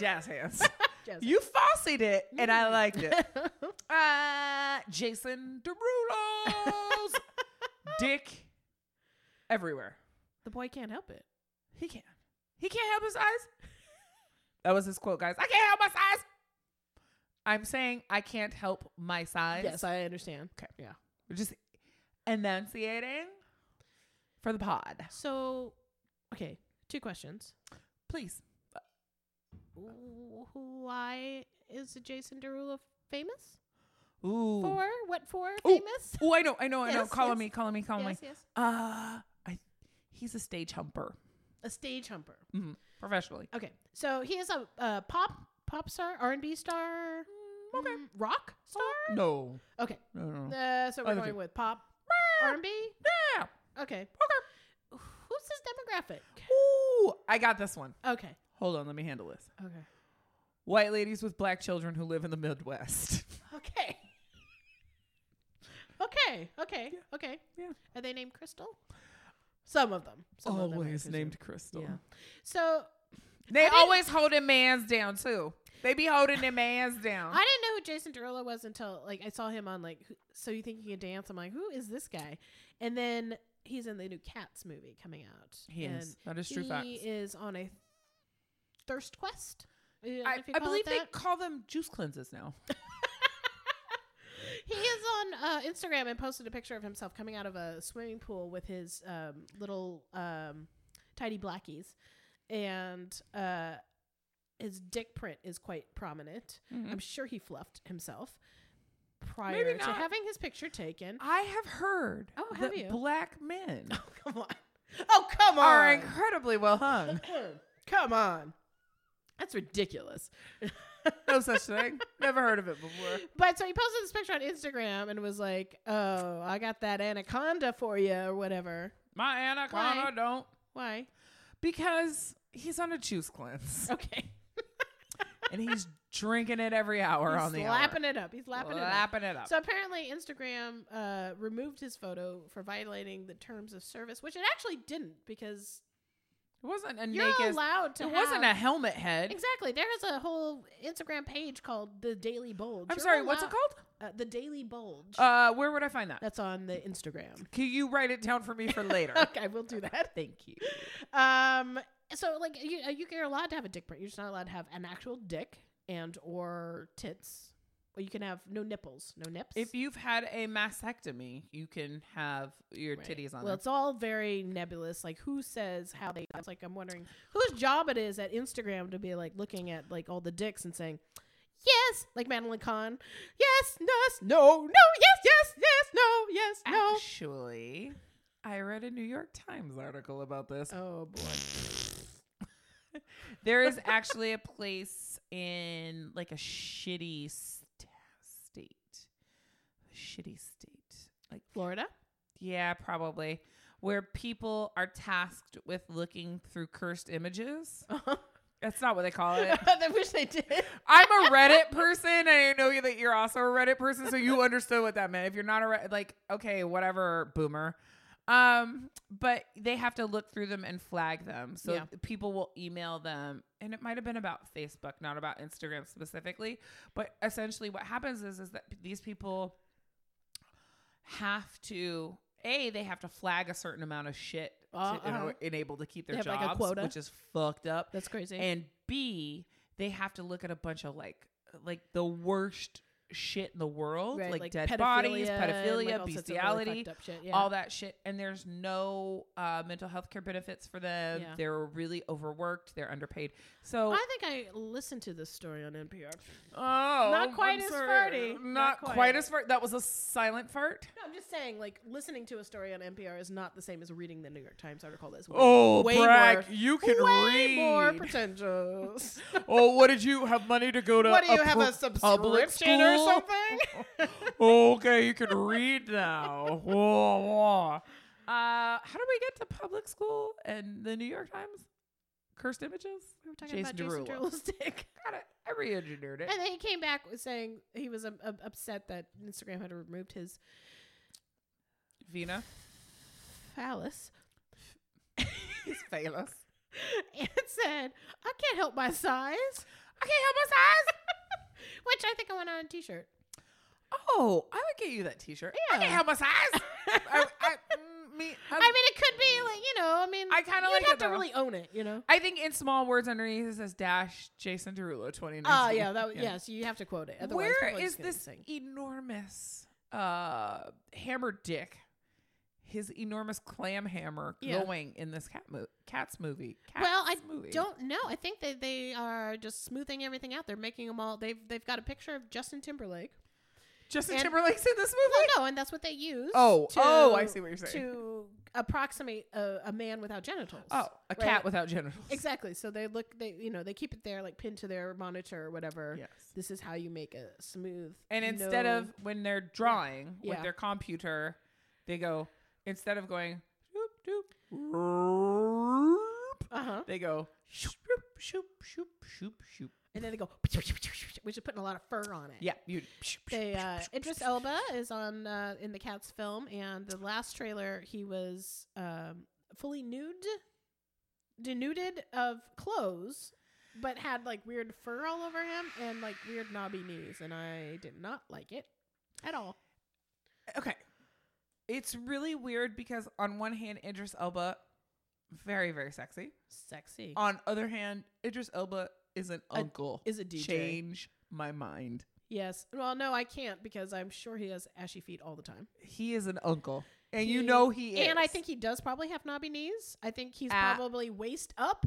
Jazz hands.
Jazz
you falsied it, and I liked <laughs> it. Uh, Jason <laughs> Derulo's dick everywhere.
The boy can't help it.
He can't. He can't help his eyes. That was his quote, guys. I can't help my size. I'm saying I can't help my size.
Yes, I understand. Okay. Yeah.
We're just enunciating for the pod.
So, okay, two questions.
Please.
Wh- Why is Jason Derulo famous?
Ooh.
For what? For
Ooh.
famous?
Oh, I know, I know, I know.
Yes,
Call
yes.
me, call
Oh
me, call me.
yes, yes.
Uh, I, he's a stage humper
A stage humper.
Mhm. professionally.
Okay, so he is a, uh pop pop star, R and B star, Mm, okay, rock star.
Oh, No,
Okay,
no, no. no.
uh, so we're
Other
going
two.
with pop R and B.
Yeah.
Okay, who's his
Ooh, I got this one.
demographic? Okay,
Hold on, let me handle this.
okay,
White ladies with black children who live in the Midwest. <laughs>
okay, okay, okay, okay.
Yeah.
Are they named Crystal? Some of them. Some of them, I
always
presume.
named Crystal.
Yeah. So
They
didn't-
always holding mans down too. They be holding their mans down.
I didn't know who Jason Derulo was until like I saw him on like who, So You Think You Can Dance. I'm like, who is this guy? And then he's in the new Cats movie coming out.
He
and
is. That is true
he
facts.
is on a thirst quest. I, don't know
I,
if you
I
call it
believe they
that.
call them juice cleanses now.
he is on uh, Instagram and posted a picture of himself coming out of a swimming pool with his um, little um, tidy blackies, and uh, his dick print is quite prominent. I'm sure he fluffed himself prior
Maybe
to
not.
having his picture taken.
I have heard
Oh, have
that
you?
black men
Oh come on! Oh come
are
on!
incredibly well hung.
come on! That's ridiculous.
No such
<laughs>
thing. Never heard of it before.
But so he posted this picture on Instagram and was like, "Oh, I got that anaconda for you or whatever."
My anaconda
Why?
don't
Why?
because he's on a juice cleanse
<laughs> Okay.
and he's drinking it every hour
He's
on the
slapping it up. He's
hour.
lapping it up.
Lapping it up.
So apparently, Instagram uh, removed his photo for violating the terms of service, which it actually didn't because
it wasn't a
you're
naked.
allowed to.
It wasn't a
have-
helmet head.
exactly. There is a whole Instagram page called the Daily Bulge.
I'm
You're
sorry. What's it
allowed-
called?
Uh, the Daily Bulge.
Uh, where would I find
<laughs>
that?
That's on the
<laughs>
Instagram.
Can you write it down for me for
<laughs>
later?
okay, we'll do that. Thank you. Um, so like you, uh, you are allowed to have a dick print. You're just not allowed to have an actual dick and or tits. Well, you can have no nipples, no nips.
If you've had a mastectomy, you can have your
Right.
titties on
Well,
there.
it's all very nebulous. Like who says how they? It's like I'm wondering whose job it is at Instagram to be like looking at like all the dicks and saying. Yes, like Madeline Kahn. Yes, yes, no, no, yes, yes, yes, no, yes, no.
Actually, I read a New York Times article about this.
Oh boy.
There is actually a place in like a shitty st- state. Shitty state. Like,
<laughs> Florida?
yeah, probably. Where people are tasked with looking through cursed images. That's not what they call it.
I wish they did.
I'm a Reddit person. and I know that you're also a Reddit person, so you understood what that meant. If you're not a Reddit, like, okay, whatever, boomer. Um, but they have to look through them and flag them. So
Yeah.
people will email them, and it might have been about Facebook, not about Instagram specifically. But essentially, what happens is is that these people have to a they have to flag a certain amount of shit
Uh,
to, in
uh-huh.
order, enable to keep their
They have, like,
jobs,
a quota.
which is fucked up.
That's crazy.
And b they have to look at a bunch of like like the worst shit in the world,
Right,
like, dead
pedophilia
bodies,
and, like,
pedophilia,
all sorts of really
bestiality,
fucked up shit, yeah.
all that shit. And there's no uh, mental health care benefits for them.
Yeah.
They're really overworked. They're underpaid. So
I think I listened to this story on NPR.
Oh,
Not quite as farty.
Not,
Not
quite.
quite.
as fart. That was a silent fart.
No, I'm just saying, like listening to a story on NPR is not the same as reading the New York Times article. That's
Oh,
way, way more,
you
way more <laughs> pretentious.
<laughs> oh, what did you have money to go to?
what do you
a
have
pu-
a subscription or
school?
something?
oh, okay, you can read now. Whoa, whoa. Uh, how do we get to public school and the New York Times? Cursed images.
We were
talking about Jason Jason Derulo. Got it. I re-engineered it.
And then he came back with saying he was um, um, upset that Instagram had removed his
Vina.
<laughs> phallus
He's famous.
and said, "I can't help my size."
Okay, how much size?
<laughs> Which I think I want on a T-shirt.
Oh, I would get you that T-shirt. I can have my
<laughs>
size. I, I, mm, me,
I
I'm-
mean, it could be like you know. Um, I mean,
I kinda
you'd
like
have
it,
to
though.
really own it, you know.
I think in small words underneath it says dash Jason Derulo 2019.
Oh yeah, that yeah. yes, you have to quote it. Otherwise,
Where
people
is
are just gonna
this
sing.
enormous uh, hammer dick? His enormous clam hammer
Yeah.
going in this cat mo- cat's movie. Cats
Well, I
movie.
Don't know. I think that they are just smoothing everything out. They're making them all. They've they've got a picture of Justin Timberlake.
Justin
and-
Timberlake's
<laughs>
in this movie.
Well, no, and that's what they use.
Oh,
to-
oh, I see what you're saying.
To approximate a, a man without genitals.
Oh, a
Right.
cat without genitals.
exactly. So they look. They you know they keep it there, like pinned to their monitor or whatever.
Yes.
This is how you make a smooth.
And instead
no-
of when they're drawing with
Yeah.
their computer, they go instead of going doop doop,
uh-huh.
they go shoop shoop shoop shoop shoop.
and then they go, <laughs> which is putting a lot of fur on it.
Yeah, you.
They, uh, Idris Elba is on uh, in the Cats film, and the last trailer he was um, fully nude, denuded of clothes, but had like weird fur all over him and like weird knobby knees, and I did not like it at all.
Okay, it's really weird because on one hand, Idris Elba, very very sexy.
Sexy
On other hand, Idris Elba is an uncle.
is a DJ.
Change my mind.
Yes. Well, no, I can't because I'm sure he has ashy feet all the time.
He is an uncle, and you
He-
know he is.
And I think he does probably have knobby knees. I think he's
Ah.
probably waist up,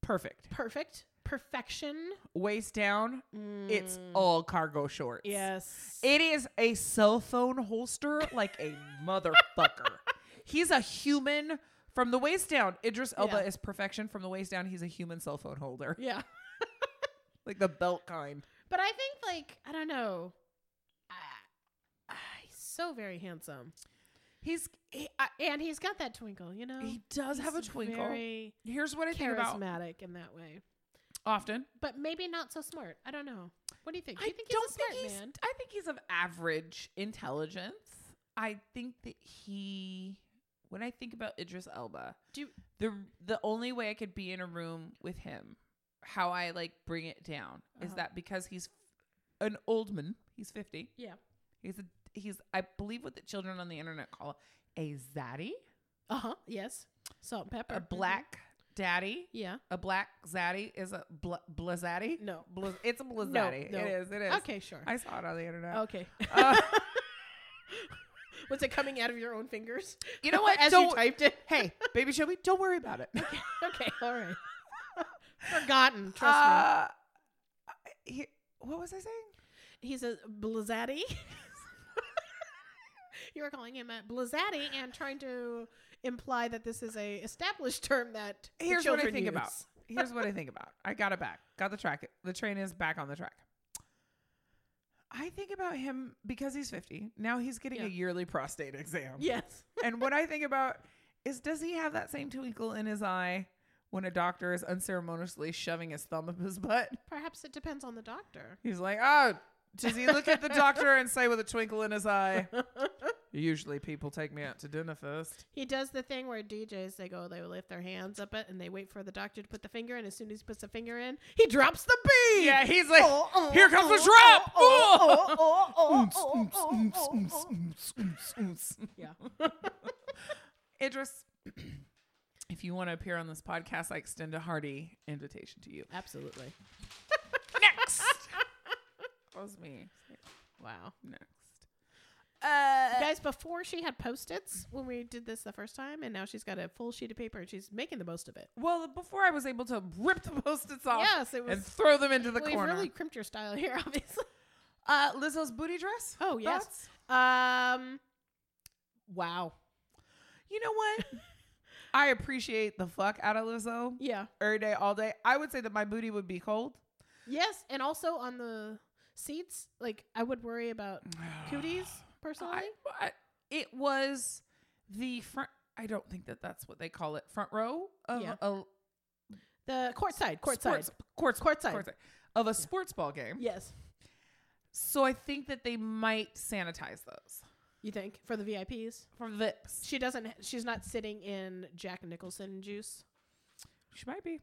perfect.
perfect, perfection.
Waist down, It's
Mm.
all cargo shorts.
Yes.
It is a cell phone holster like
<laughs>
a motherfucker. He's a human from the waist down. Idris Elba
Yeah.
is perfection from the waist down. He's a human cell phone holder,
yeah.
like the belt kind.
But I think like I don't know. Ah, ah, he's so very handsome,
He's he, I,
and he's got that twinkle. You know,
he does have a
Oh, He's
twinkle.
Very
Here's what I think about
charismatic in that way,
often.
but maybe not so smart. I don't know. What do you think? Do
I
you think
don't
he's a smart
think he's.
man?
I think he's of average intelligence. I think that he. When I think about Idris Elba,
Do you-
the the only way I could be in a room with him, how I like bring it down, is
Uh-huh.
that because he's an old man. He's fifty.
Yeah.
He's a he's. I believe what the children on the internet call a zaddy,
Uh huh. Yes. Salt and pepper.
a
Mhm.
black daddy.
Yeah.
A black zaddy is a bl- blazaddy.
No.
Blaz, it's a blazaddy.
no.
It is. It is.
Okay. Sure.
I saw it on the internet.
<laughs> okay.
Uh,
Was it coming out of your own fingers?
you <laughs> know what?
As
don't
<laughs> you typed it.
hey, baby Shelby, don't worry about it.
<laughs> Okay. All right. <laughs> Forgotten. Trust me.
Uh, he- what was I saying?
He's a Blizzati. <laughs> you were calling him a Blizzati and trying to imply that this is a established term that the
Here's what I
children
think
use.
about.
<laughs>
Here's what I think about. I got it back. Got the track. The train is back on the track. I think about him because he's 50. Now he's getting
Yeah.
a yearly prostate exam.
Yes.
and what I think about is does he have that same twinkle in his eye when a doctor is unceremoniously shoving his thumb up his butt?
Perhaps it depends on the doctor.
He's like, oh, does he look at the doctor and say with a twinkle in his eye, usually people take me out to dinner first?
He does the thing where DJs they go they lift their hands up it and they wait for the doctor to put the finger in. As soon as he puts the finger in, he drops the beat.
Yeah, he's like,
Oh, oh,
here comes the
oh,
drop.
oh, oh, oh, oh, oh, oh, oh, oh, oh, oh.
Oons, oons,
<laughs>
oons, oons, oons, oons.
Yeah.
Idris, <clears throat> if you want to appear on this podcast, I extend a hearty invitation to you.
Absolutely.
<laughs> Next. that was me.
Wow.
Next. Uh,
Guys, before she had post its when we did this the first time, and now she's got a full sheet of paper and she's making the most of it.
Well, before I was able to rip the post-its off
Yes, it
and
was.
throw them into the
We've
corner.
really crimped your style here, <laughs> obviously.
uh, Lizzo's booty dress.
Oh, yes.
Thoughts?
Um, wow.
You know <laughs> what? I appreciate the fuck out of Lizzo
Yeah.
every day, all day. I would say that my booty would be <sighs> cold.
Yes, and also on the seats, like I would worry about cooties personally.
I, I- it was the front. I don't think that that's what they call it. Front row of
Yeah.
a
the court side, court
sports,
side.
courts,
Court side.
courts- of a sports ball game.
Yes.
So I think that they might sanitize those
You think for the VIPs?
for this.
She doesn't. She's not sitting in Jack Nicholson juice.
She might be.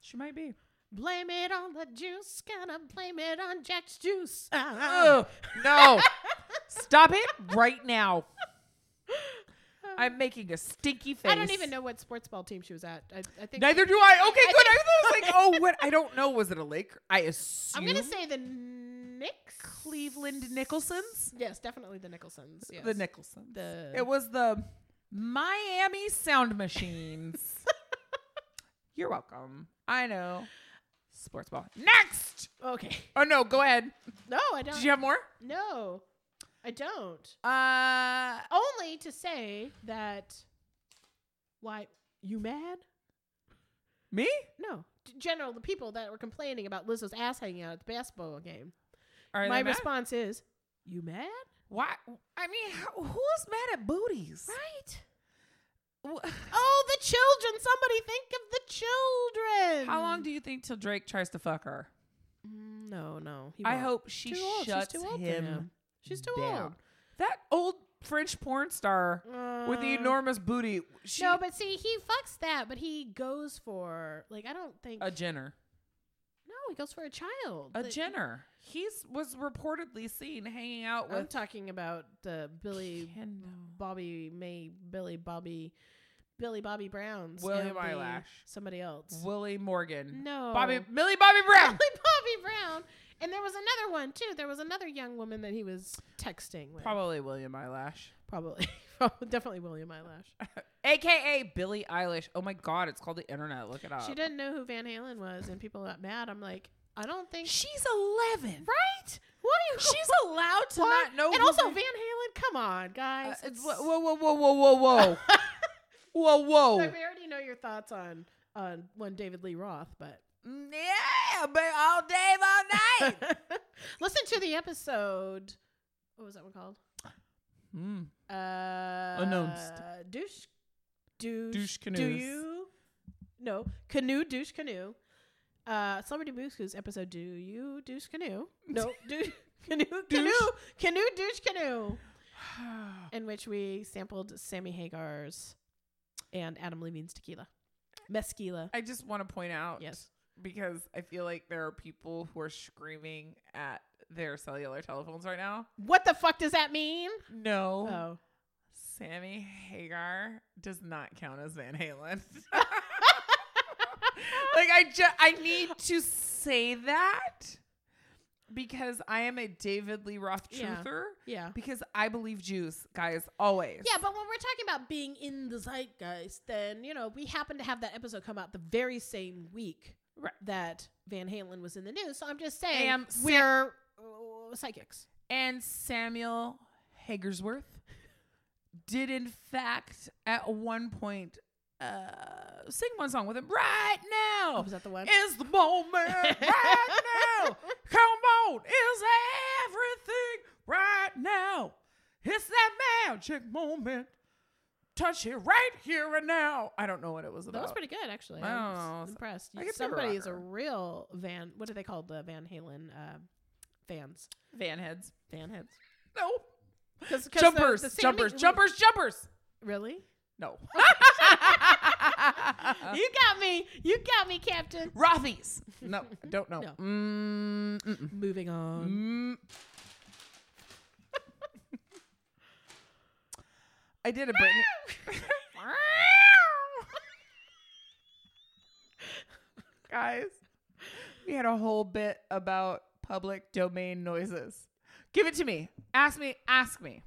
she might be.
Blame it on the juice. Gonna blame it on Jack's juice.
Oh no! Stop it right now. I'm making a stinky ah. face.
I don't even know what sports ball team she was at. I, I think
Neither do I. Okay,
I
good. I was
<laughs>
like, oh, what? I don't know. Was it a lake? I assume.
I'm gonna say the Knicks.
Cleveland Nicholsons.
Yes, definitely the Nicholsons. Yes.
The Nicholsons.
The-
it was the Miami Sound Machines.
<laughs>
You're welcome. I know. Sports ball. Next.
Okay. <laughs>
Oh no, go ahead.
No, I don't.
Did you have more?
no, I don't.
Uh
Only to say that. Why you mad?
me?
No, G- general the people that were complaining about Lizzo's ass hanging out at the basketball game.
Are
My
they mad?
response is, you mad?
Why? I mean, how, who's mad at booties?
Right.
Wh- <laughs>
Oh, the children! Somebody think of the children.
How long do you think till Drake tries to fuck her?
Mm, No, no. he
I
won't.
hope she
Too old. She's
shuts
too old for
him.
him. she's too
down. That old French porn star
old
with the
Uh,
enormous booty. She,
no, but see, he fucks that, but he goes for like I don't think.
a Jenner.
no, he goes for a child.
A
The-
Jenner. He's was reportedly seen hanging out
I'm
with
talking about the Billy
Kendall.
Bobby May Billy Bobby Billy Bobby Brown's
William
and the-
Eyelash.
somebody else.
Willie Morgan.
no, <laughs>
Bobby Millie Bobby Brown.
Billy Bobby Brown. And there was another one too. There was another young woman that he was texting with.
Probably William <laughs> Eyelash.
Probably. <laughs> Probably. Definitely William Eyelash.
AKA Billie Eilish. Oh my god, it's called the internet. Look it up.
She didn't know who Van Halen was, and people got mad. I'm like, I don't think.
She's 11.
<laughs> right?
<laughs>
What are you.
She's allowed to
What?
not know.
And
who
also,
Van-
Van Halen, come on, guys.
Uh, it's- whoa, whoa, whoa, whoa, whoa,
<laughs>
whoa, whoa,
So
whoa.
we already know your thoughts on, on one David Lee Roth, but.
Yeah, but all day, all
<laughs>
night.
Listen to the episode. What was that one called? Hmm.
mm.
Uh,
Unknownst.
Douche. Douche.
Douche
Do
canoes. <sighs>
you? No. Canoe, douche, canoe. Uh, Celebrity Booskoos episode. Do you douche canoe?
<laughs>
No. Douche. Canoe, canoe, canoe, douche, canoe. In which we sampled Sammy Hagar's and Adam Levine's tequila. Mesquila.
I just want to point out,
Yes.
because I feel like there are people who are screaming at their cellular telephones right now.
What the fuck does that mean?
No,
Oh.
Sammy Hagar does not count as Van Halen. <laughs> like I just, I need to say that because I am a David Lee Roth
Yeah.
truther.
Yeah.
Because I believe juice, guys, always.
Yeah, but when we're talking about being in the zeitgeist, then you know we happen to have that episode come out the very same week
Right.
that Van Halen was in the news. So I'm just saying
And Sam-
we're uh, psychics.
and Samuel Hagersworth did in fact at one point uh, sing one song with him right now.
was that the one?
Is the <laughs> moment right now? Come on, is everything right now? It's that magic moment. Touch it right here and now. I don't know what it was about.
That was pretty good, actually.
I
I'm
don't
s-
know.
impressed.
I guess they're
Somebody is a
rocker.
real Van. What are they called? The Van Halen uh, fans.
Van heads.
Van heads.
No.
'Cause- 'cause the-
Jumpers,
the Sammy-
jumpers,
we-
jumpers, jumpers.
Really?
No. Uh.
you got me. You got me,
<laughs>
Captain.
Rothies. No, I don't know.
No.
Mm, mm-mm.
Moving on.
Mm. I did a Britney. <laughs> guys. We had a whole bit about public domain noises. Give it to me. Ask me. Ask me.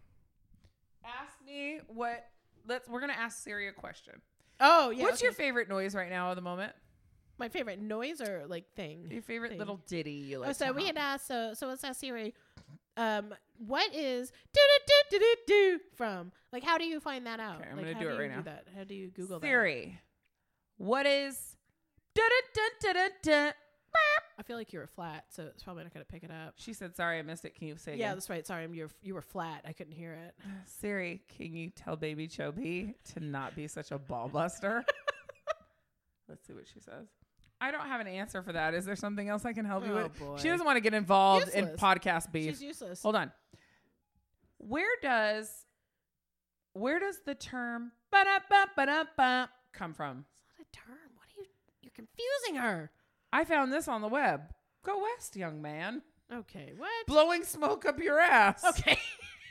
Ask me what. Let's. We're gonna ask Siri a question.
Oh yeah.
What's your
okay.
favorite noise right now at the moment?
my favorite noise or like thing?
<laughs> Your favorite
Thing.
little ditty you like? uh-huh.
oh, so
to
we
hum?
had asked. So so let's ask Siri. Um, what is do do do do do do from? Like, how do you find that out?
Okay, I'm
like,
gonna
how
do it
you
right now.
That? How do you Google
Siri. What is? Dun-dun-dun-dun-dun-dun.
that? I feel like you were flat, so it's probably not gonna pick it up.
She said, "Sorry, I missed it. Can you say
Yeah,
again?"
that's right. Sorry, I'm, you're you were flat. I couldn't hear it.
Siri, can you tell Baby Chobi to not be such a ball buster?
<laughs>
Let's see what she says. I don't have an answer for that. Is there something else I can help you
Oh,
with?
boy.
She doesn't want to get involved in
Useless.
podcast beef.
She's useless.
Hold on. Where does where does the term ba-da-ba, ba-da-ba come from?
What a term. What are you? You're confusing her.
I found this on the web. Go west, young man.
Okay. What?
Blowing smoke up your ass.
okay.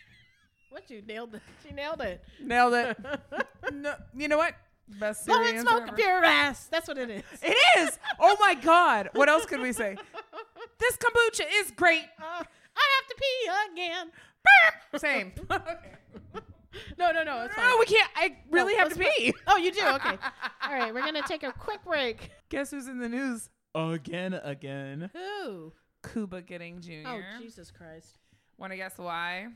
<laughs> what you nailed it. She nailed it.
Nailed
<laughs>
it. no, you know what? Best Siri
Blowing
answer
Oh, smoke
ever.
up your ass. That's what it is.
It is. Oh my God. What else could we say? This kombucha is great.
Uh, I have to pee again. <laughs>
Same.
No, no, no. It's fine.
No, we can't. I really have to pee.
Oh, <laughs> you do? Okay. All right. We're going to take a quick break.
<laughs> Guess who's in the news? Again, again.
Who?
Cuba Gooding Jr.
Oh, Jesus Christ.
Want to guess why?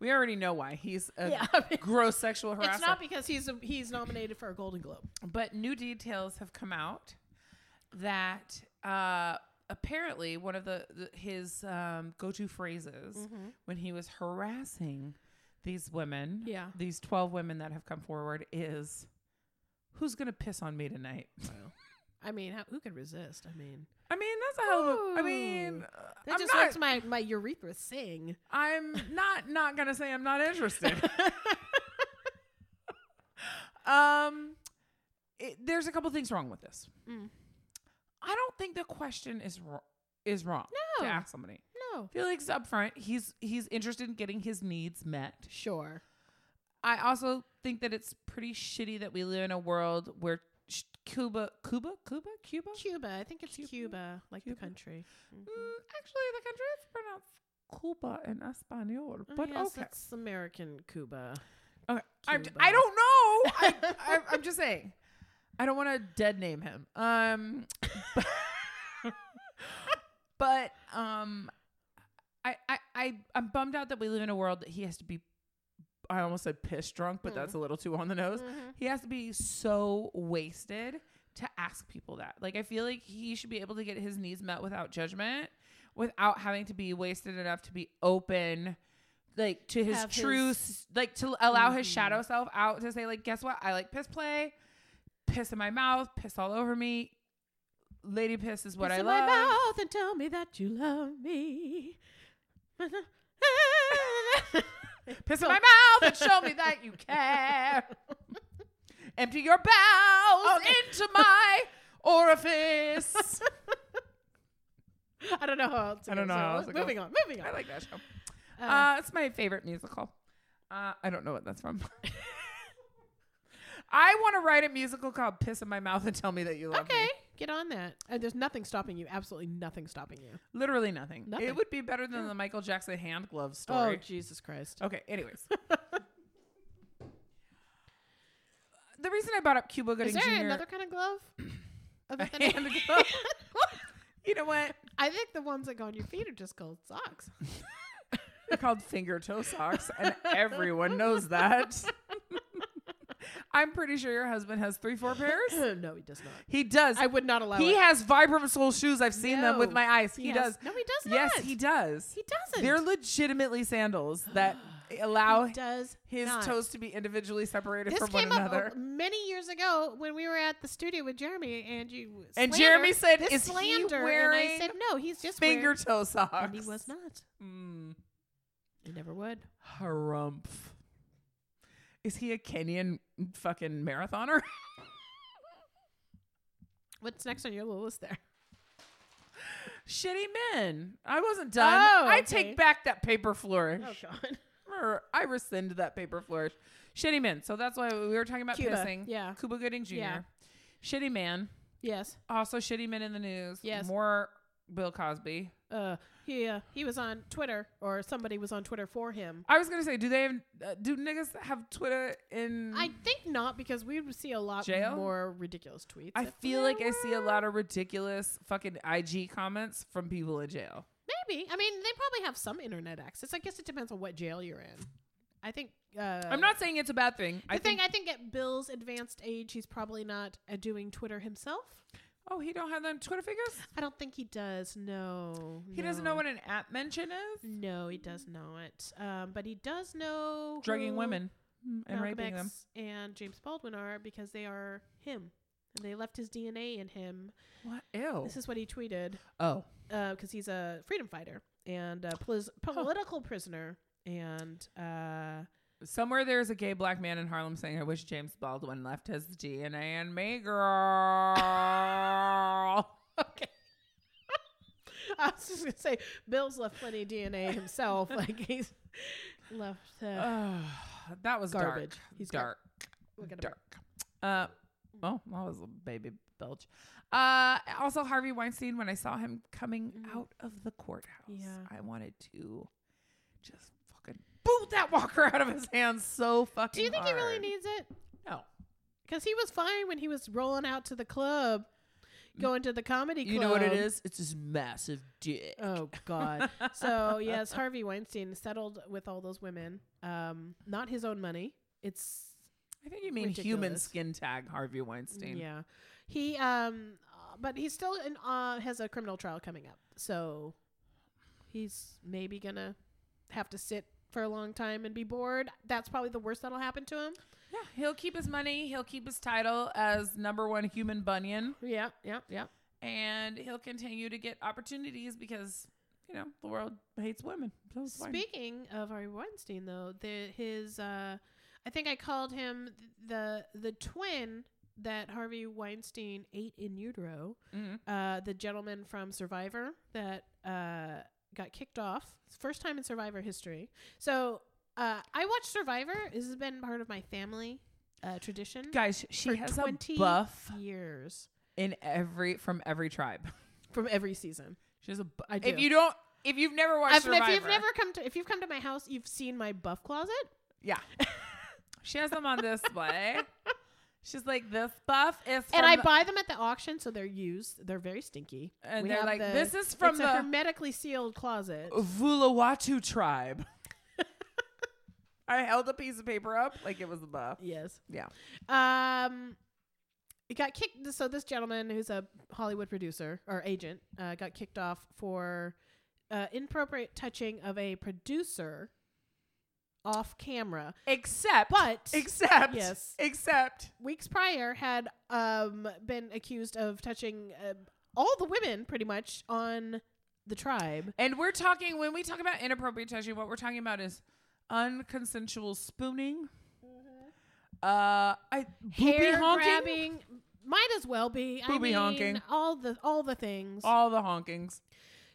We already know why. He's a
<laughs> Yeah, I mean,
gross sexual harasser.
it's not because he's a, he's nominated for a Golden Globe.
But new details have come out that uh, apparently one of the, the his um, go-to phrases
Mm-hmm.
when he was harassing these women,
Yeah.
these twelve women that have come forward, is "Who's gonna piss on me tonight?"
I mean, how, who could resist? I mean,
I mean, that's a hell of a. I
Ooh.
mean,
that
I'm
just
not.
makes my, my urethra sing.
I'm not not gonna say I'm not
<laughs>
interested. um, it, there's a couple things wrong with this.
Mm.
I don't think the question is wrong. Is wrong
No.
to ask somebody.
No.
Felix is upfront. He's he's interested in getting his needs met.
Sure.
I also think that it's pretty shitty that we live in a world where sh- Cuba, Cuba, Cuba, Cuba.
Cuba. I think it's
Cuba?
Cuba, like
Cuba?
the country.
Mm, actually, the country is pronounced Cuba in Espanol,
Oh,
but
yes,
okay.
It's American Cuba.
Okay. I'm,
Cuba.
I don't know. I, I, I'm just saying. I don't want to dead name him. Um, <laughs> but, but, um, I, I, I, I'm bummed out that we live in a world that he has to be. I almost said piss drunk, but
Mm-hmm.
that's a little too on the nose. He has to be so wasted to ask people that. Like, I feel like he should be able to get his needs met without judgment, without having to be wasted enough to be open like to his
Have his-
true s- like to allow his
Mm-hmm.
shadow self out to say like guess what i like piss play piss in my mouth piss all over me lady piss is what
Kiss
i
in my
love
mouth and tell me that you love me.
<laughs> piss in my mouth and show me that you
<laughs>
care empty your bowels into
<laughs>
my orifice
<laughs> I don't know how else. to
I don't
go,
know
so
how else
let's-
to go.
moving on. Moving on.
i like that show
Uh,
Uh, it's my favorite musical. Uh, I don't know what that's from.
<laughs>
I want to write a musical called "Piss in My Mouth" and tell me that you love
Uh, okay,
me.
get on that. Uh, there's nothing stopping you. Absolutely nothing stopping you.
Literally nothing. It
Nothing.
would be better than the Michael Jackson hand glove story.
Oh Jesus Christ!
okay.
<laughs>
Anyways, the reason I brought up Cuba Gooding
Is there
Jr.
another kind of <coughs> glove? Other than
a
<laughs>
hand glove. you know what?
I think the ones that go on your feet are just called
<laughs>
socks. <laughs>
They're called finger toe socks, and everyone knows that.
<laughs>
I'm pretty sure your husband has three, four pairs.
<laughs> no, he does not.
He does.
I would not allow
he
it.
has Vibram Soul shoes. I've seen them with
No.
my eyes. He
Yes.
does.
No, he does
Yes,
not.
he does.
He doesn't.
They're legitimately sandals
<gasps>
that allow
he does
his
not.
toes to be individually separated
This
from
came
one
up
another.
uh, many years ago when we were at the studio with Jeremy, and you
And
slandered-
Jeremy said,
this
"Is he
slander,"
wearing
And I said, "No, he's just
Finger
wearing-"
toe socks.
And he was not.
Mm,
He never would.
harumph. Is he a Kenyan fucking marathoner? <laughs>
What's next on your little list there?
Shitty men. I wasn't done.
Oh,
I
okay.
take back that paper flourish.
<laughs> Oh God.
Or I rescind that paper flourish. Shitty men. So that's why we were talking about
Cuba.
pissing.
Yeah.
Cuba Gooding Jr.
Yeah.
Shitty man.
Yes.
Also, shitty men in the news.
Yes.
More Bill Cosby.
Uh, he uh, he was on Twitter, or somebody was on Twitter for him.
I was gonna say, do they have, uh, do niggas have Twitter in?
I think not because we would see a lot
Mm. Jail?
more ridiculous tweets.
I
if-
feel like I see a lot of ridiculous fucking IG comments from people in jail.
maybe. I mean, they probably have some internet access. I guess it depends on what jail you're in. I think. Uh,
I'm not saying it's a bad thing.
The
I
thing
think.
I think at Bill's advanced age, he's probably not uh, doing Twitter himself.
oh, he don't have them Twitter figures.
I don't think he does. No,
He doesn't
no.
know what an app mention is.
No, he does not. Um, but he does know
Drugging
who
women and
Mm, Malcolm
raping them.
X and James Baldwin are because they are him. And they left his DNA in him.
What? Ew.
This is what he tweeted
oh.
because uh, he's a freedom fighter and a polis- political prisoner. And uh,
Somewhere there's a gay black man in Harlem saying, I wish James Baldwin left his DNA in me,
<laughs>
girl. okay.
I was just gonna say, Bill's left plenty of DNA
<laughs>
himself. like he's left. Uh,
Ugh, <sighs> that was
Garbage.
dark.
He's
dark.
we're gonna-
dark. Uh, oh, that was a baby belch. Uh, also Harvey Weinstein. When I saw him coming out of the courthouse,
Mm-hmm. Yeah.
I wanted to just fucking boot that walker <laughs> out of his hands so fucking.
Do you think he really
hard.
needs it?
No.
Because he was fine when he was rolling out to the club, going to the comedy club.
Mm, You know what it is? It's this massive dick.
Oh God.
<laughs>
so yes, Harvey Weinstein settled with all those women. Um, not his own money. It's
I think you mean human
Ridiculous.
skin tag Harvey Weinstein.
yeah. He um, uh, but he's still in uh has a criminal trial coming up, so he's maybe gonna have to sit for a long time and be bored. That's probably the worst that'll happen to him.
Yeah, he'll keep his money. He'll keep his title as number one human bunion,
Yeah, yeah, yeah.
and he'll continue to get opportunities because you know the world hates women. So it's fine.
Speaking of Harvey Weinstein, though, the, his uh, I think I called him the the twin that Harvey Weinstein ate in utero.
Mhm.
Uh, the gentleman from Survivor that uh, got kicked off. First time in Survivor history. So uh, I watched Survivor. This has been part of my family uh, tradition
Guys, she
For
has a
20
buff
years
in every from every tribe.
from every season.
She has a. Bu-
I
If
do.
you don't, if you've never watched
I've-
Survivor,
If you've never come to if you've come to my house, you've seen my buff closet.
yeah, she has them on
<laughs>
display. She's like, this buff is, from
and I
the-
buy them at the auction, so they're used. They're very stinky.
and
We
they're
have
like,
the-
this is from
it's
the
a hermetically sealed closet.
Vulawatu
<laughs>
tribe. I held a piece of paper up like it was a buff.
Yes.
Yeah.
Um, it got kicked. So this gentleman, who's a Hollywood producer or agent, uh, got kicked off for uh, inappropriate touching of a producer off camera.
Except,
But
except,
Yes.
except
weeks prior, had um, been accused of touching uh, all the women, pretty much on the tribe.
And we're talking when we talk about inappropriate touching, what we're talking about is unconsensual spooning. Mm-hmm. Uh, I booby
hair
honking,
grabbing might as well be I
Booby
mean,
honking.
all the all the things
all the honkings.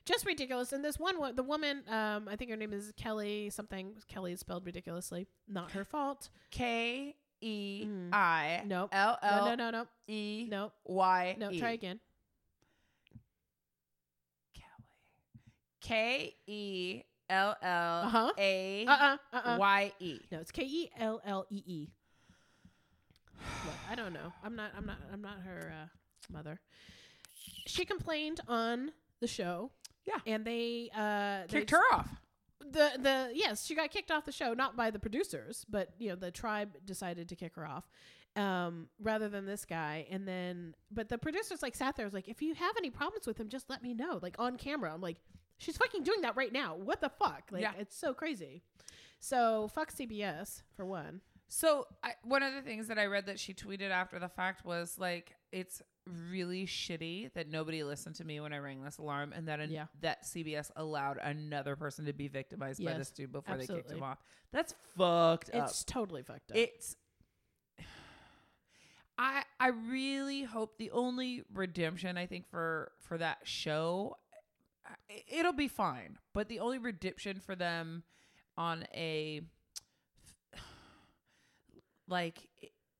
just ridiculous and this one wo- the woman um i think her name is kelly something kelly is spelled ridiculously not
<laughs>
her fault
K E I
Nope.
L
Mm. no no
L
no no
E
no
Y
no
E.
try again
K E L L
Uh-huh.
A
uh-uh uh-uh
Y E.
no it's k-e-l-l-e-e Look, E i don't know i'm not i'm not i'm not her uh, mother she complained on the show
Yeah.
and they uh they
Kicked her off.
the the yes she got kicked off the show not by the producers but you know the tribe decided to kick her off um rather than this guy and then but the producers like sat there was like if you have any problems with him just let me know like on camera i'm like she's fucking doing that right now what the fuck like
Yeah.
it's so crazy so fuck cbs for one
So I, one of the things that I read that she tweeted after the fact was like, "It's really shitty that nobody listened to me when I rang this alarm, and that an,
Yeah.
that CBS allowed another person to be victimized by
Yes,
this dude before they kicked
absolutely.
him off. That's fucked up.
it's totally fucked up
It's <sighs> I I really hope the only redemption I think for for that show I- it'll be fine, but the only redemption for them on a <sighs> like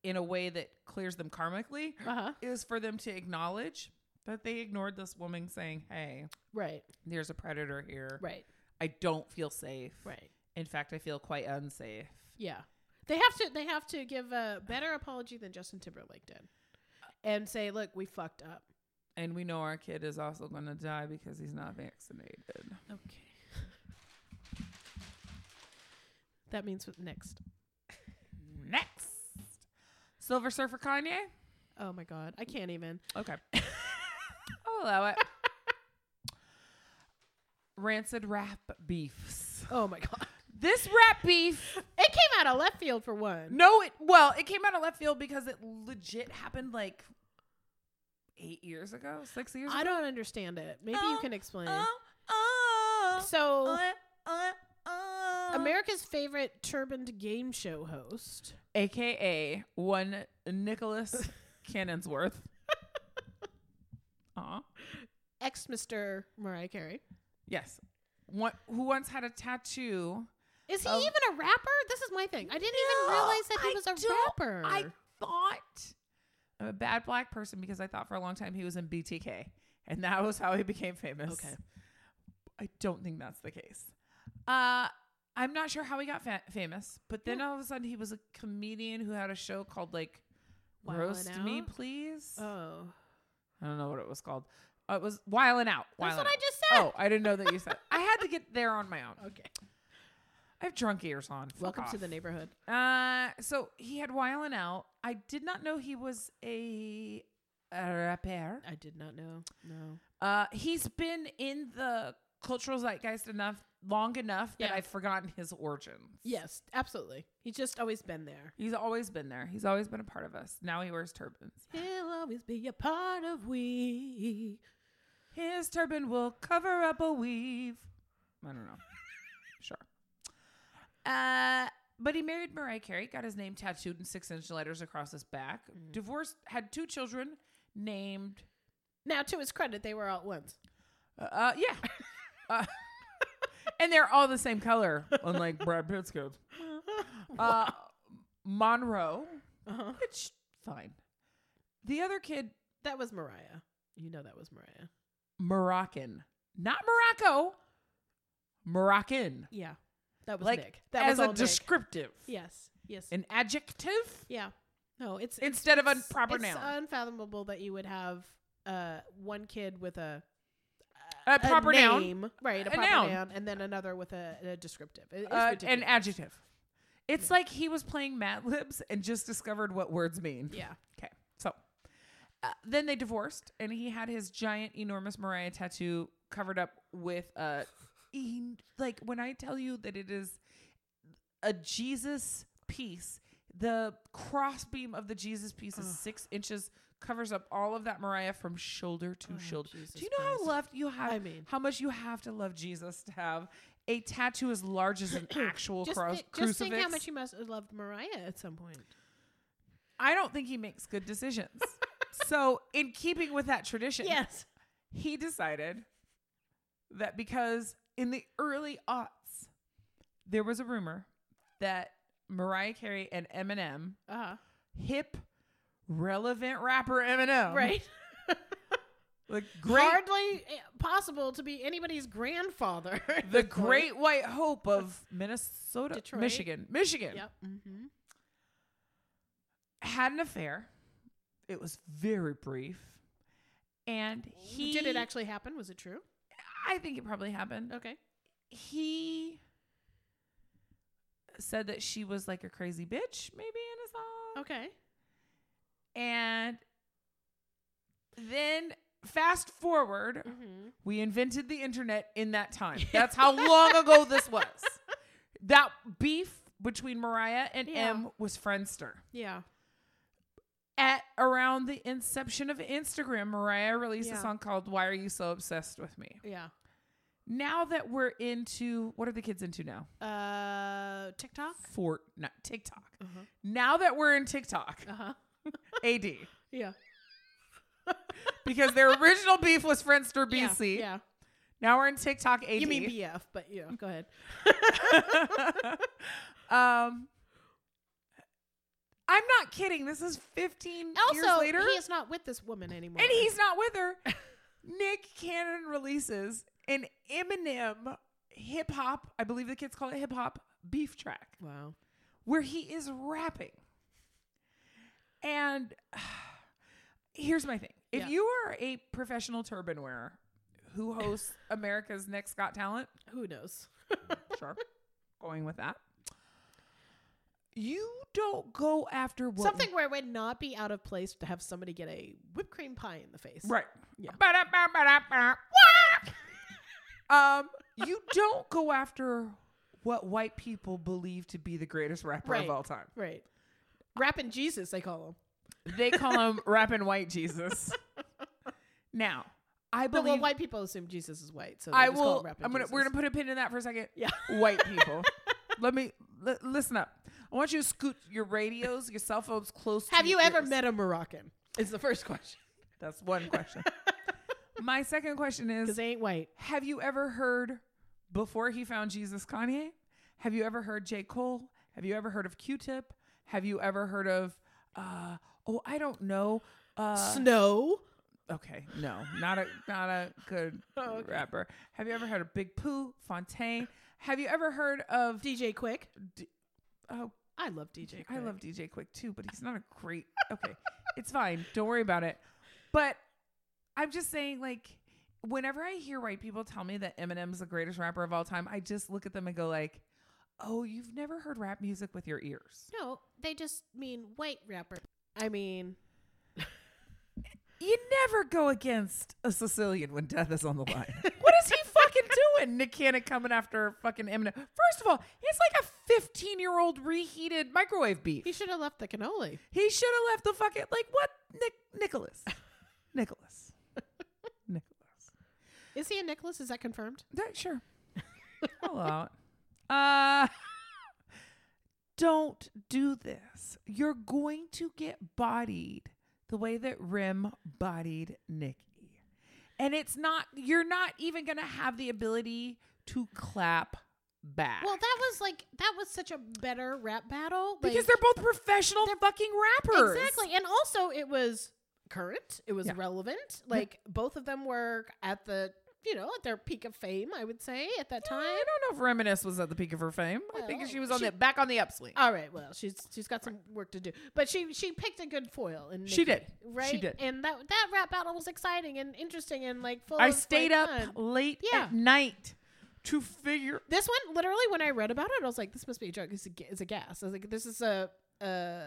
in a way that clears them karmically
Uh-huh.
is for them to acknowledge that they ignored this woman saying, Hey,
Right.
there's a predator here.
Right.
I don't feel safe.
Right.
In fact, I feel quite unsafe.
Yeah. They have to they have to give a better apology than Justin Timberlake did. And say, "Look, we fucked up."
And we know our kid is also going to die because he's not vaccinated.
Okay. <laughs> That means what next.
Next. Silver Surfer Kanye?
Oh my god, I can't even.
Okay. <laughs> I'll allow it. Rancid rap beefs.
Oh my god.
This rap beef.
<laughs> It came out of left field for one.
No, it well, it came out of left field because it legit happened like eight years ago, six years
I
ago.
don't understand it. Maybe you
Oh,
can explain.
oh,
So,
uh, uh.
America's favorite turbaned game show host.
AKA one Nicholas Cannonsworth. Aw.
ex Mr. Mariah Carey.
Yes. One, who once had a tattoo.
Is he
Of-
even a rapper? This is my thing. I didn't
Oh. No,
even realize that
I
he was a
don't-
rapper.
I thought I'm a bad black person because I thought for a long time he was in BTK, and that was how he became famous.
Okay.
I don't think that's the case. Uh, I'm not sure how he got fa- famous, but then all of a sudden he was a comedian who had a show called like
Wildin'
"Roast Me,
Out?
Please."
Oh.
I don't know what it was called. Uh, it was "Wiling Out."
That's
Wildin'
what I
Out.
just said.
Oh, I didn't know that you said. I had to get there on my own.
Okay.
I have drunk ears on. Fuck
Welcome to
off.
the neighborhood.
Uh, so he had Wildin' Out. I did not know he was a, a rapper.
I did not know. No.
Uh, he's been in the cultural zeitgeist enough, long enough that
Yeah.
I've forgotten his origins.
Yes, absolutely. He's just always been there.
He's always been there. He's always been a part of us. Now he wears turbans.
He'll always be a part of we.
His turban will cover up a weave. I don't know. sure. Uh, but he married Mariah Carey, got his name tattooed in six inch letters across his back, divorced, had two children named
Now, to his credit, they were all at once.
Uh, yeah. uh, <laughs> and they're all the same color, unlike Brad Pitt's coat. Uh, Monroe,
Uh-huh.
which fine. The other kid,
That was Mariah. You know that was Mariah.
Moroccan, not Morocco, Moroccan,
Yeah. That was
like
Nick. That
as
was all
a
Nick.
descriptive,
Yes. Yes.
an adjective
yeah. No, it's it's,
instead of a proper
it's
noun,
unfathomable that you would have uh one kid with a
a, proper noun,
name, right? A,
A
proper noun.
noun.
and then another with a, a descriptive. It- it's
uh, an
ridiculous.
adjective. It's like he was playing Mad Libs and just discovered what words mean.
Yeah.
Okay. So uh, then they divorced, and he had his giant, enormous Mariah tattoo covered up with
<laughs>
a. en- like, when I tell you that it is a Jesus piece, the crossbeam of the Jesus piece is six inches, covers up all of that Mariah from shoulder to shoulder. Do you know how loved you have?
Oh, I mean-
how much you have to love Jesus to have a tattoo as large
<clears throat>
as an actual
Just,
cross-
thi- just
crucifix?
think how much you must have loved Mariah at some point.
<laughs> I don't think he makes good
<laughs>
decisions. so, in keeping with that tradition,
Yes.
he decided that because in the early aughts, there was a rumor that Mariah Carey and Eminem,
Uh-huh.
hip, relevant rapper Eminem,
right.
the great,
Hardly eh, possible to be anybody's grandfather. <laughs> at
the
this point.
great white hope of Minnesota,
Detroit.
Michigan, Michigan,
Yep. Mm-hmm.
had an affair. It was very brief, and he
Did it actually happen? Was it true?
I think it probably happened.
Okay.
he said that she was like a crazy bitch, maybe in a song.
Okay.
And then fast forward,
Mm-hmm.
we invented the internet in that
<laughs>
time. That's how long ago this was. That beef between Mariah and
Yeah.
M was Friendster.
Yeah.
At around the inception of Instagram, Mariah released
Yeah.
a song called Why Are You So Obsessed with Me?
Yeah.
Now that we're into what are the kids into now?
Uh, TikTok.
Fort not TikTok.
Uh-huh.
Now that we're in
<laughs>
TikTok,
Uh-huh.
AD,
Yeah.
because their original beef was Friendster
Yeah,
BC.
Yeah.
Now we're in TikTok AD.
You mean
<laughs>
BF, but yeah. Go ahead.
um, I'm not kidding. This is 15 years
Also,
later,
he is not with this woman anymore.
and he's not with her. <laughs> Nick Cannon releases an Eminem hip hop, I believe the kids call it hip hop, beef track.
wow.
where he is rapping. And here's my thing if
Yeah.
you are a professional turban wearer who
<laughs>
hosts America's Next Got Talent,
Who knows?
sure, going with that, you don't go after what
Something where it would not be out of place to have somebody get a whipped cream pie in the face.
Right.
Yeah.
Ba-da-ba-ba-da-ba. um, you don't go after what white people believe to be the greatest rapper
Right.
of all time.
Right. Rapping Jesus, they call him.
They call him rapping white Jesus. Now, I
No,
believe
well, white people assume Jesus is white, so they
I
just call
will.
him Rapping
I'm gonna.
Jesus.
We're gonna put a pin in that for a second.
Yeah.
White
<laughs>
people, let me li- listen up. I want you to scoot your radios, your cell phones close. to
Have you
your
ever
ears.
met a Moroccan? Is the first <laughs> question
That's one
<laughs>
question. My second question
because
is:
they ain't white.
Have you ever heard before he found Jesus, Kanye? Have you ever heard J. Cole? Have you ever heard of Q-Tip? Have you ever heard of? uh Oh, I don't know. Uh,
Snow.
Okay, no, not a not a good
<laughs> Oh, okay.
rapper. Have you ever heard of Big Pooh, Fontaine? Have you ever heard of?
DJ Quick.
Oh,
I love DJ. Quick.
I love DJ Quick too, but he's not a great. Okay, it's fine. Don't worry about it. But I'm just saying, like, whenever I hear white people tell me that Eminem's the greatest rapper of all time, I just look at them and go like, "Oh, you've never heard rap music with your ears."
No, they just mean white rapper.
I mean,
You never go against a Sicilian when death is on the line. what is he fucking doing? Nick Cannon coming after fucking Eminem. First of all, it's like a 15 year old reheated microwave beef.
he should have left the cannoli.
He should have left the fucking, like, what? Nick, Nicholas. Nicholas. Nicholas.
Is he a Nicholas? Is that confirmed?
That, sure. <laughs> I'll allow it. Uh, don't do this. You're going to get bodied the way that Rim bodied Nikki. And it's not, you're not even going to have the ability to clap back.
Well, that was like that was such a better rap battle
because
like-
they're both professional fucking rappers.
Exactly. And also, it was current. It was
Yeah.
relevant. Like both of them were at the you know at their peak of fame. I would say at that time.
I don't know if Reminisce was at the peak of her fame. I think
Well,
she was on
she-
the back on the upswing.
All right. Well, she's she's got some work to do, but she she picked a good foil. And
She did. She
Right.
did.
And that that rap battle was exciting and interesting and like full.
I
of,
stayed up
like, fun.
late
Yeah.
at night to figure
This one, literally, when I read about it, I was like, "This must be a joke. It's a, ga- it's a gas." I was like, "This is a, a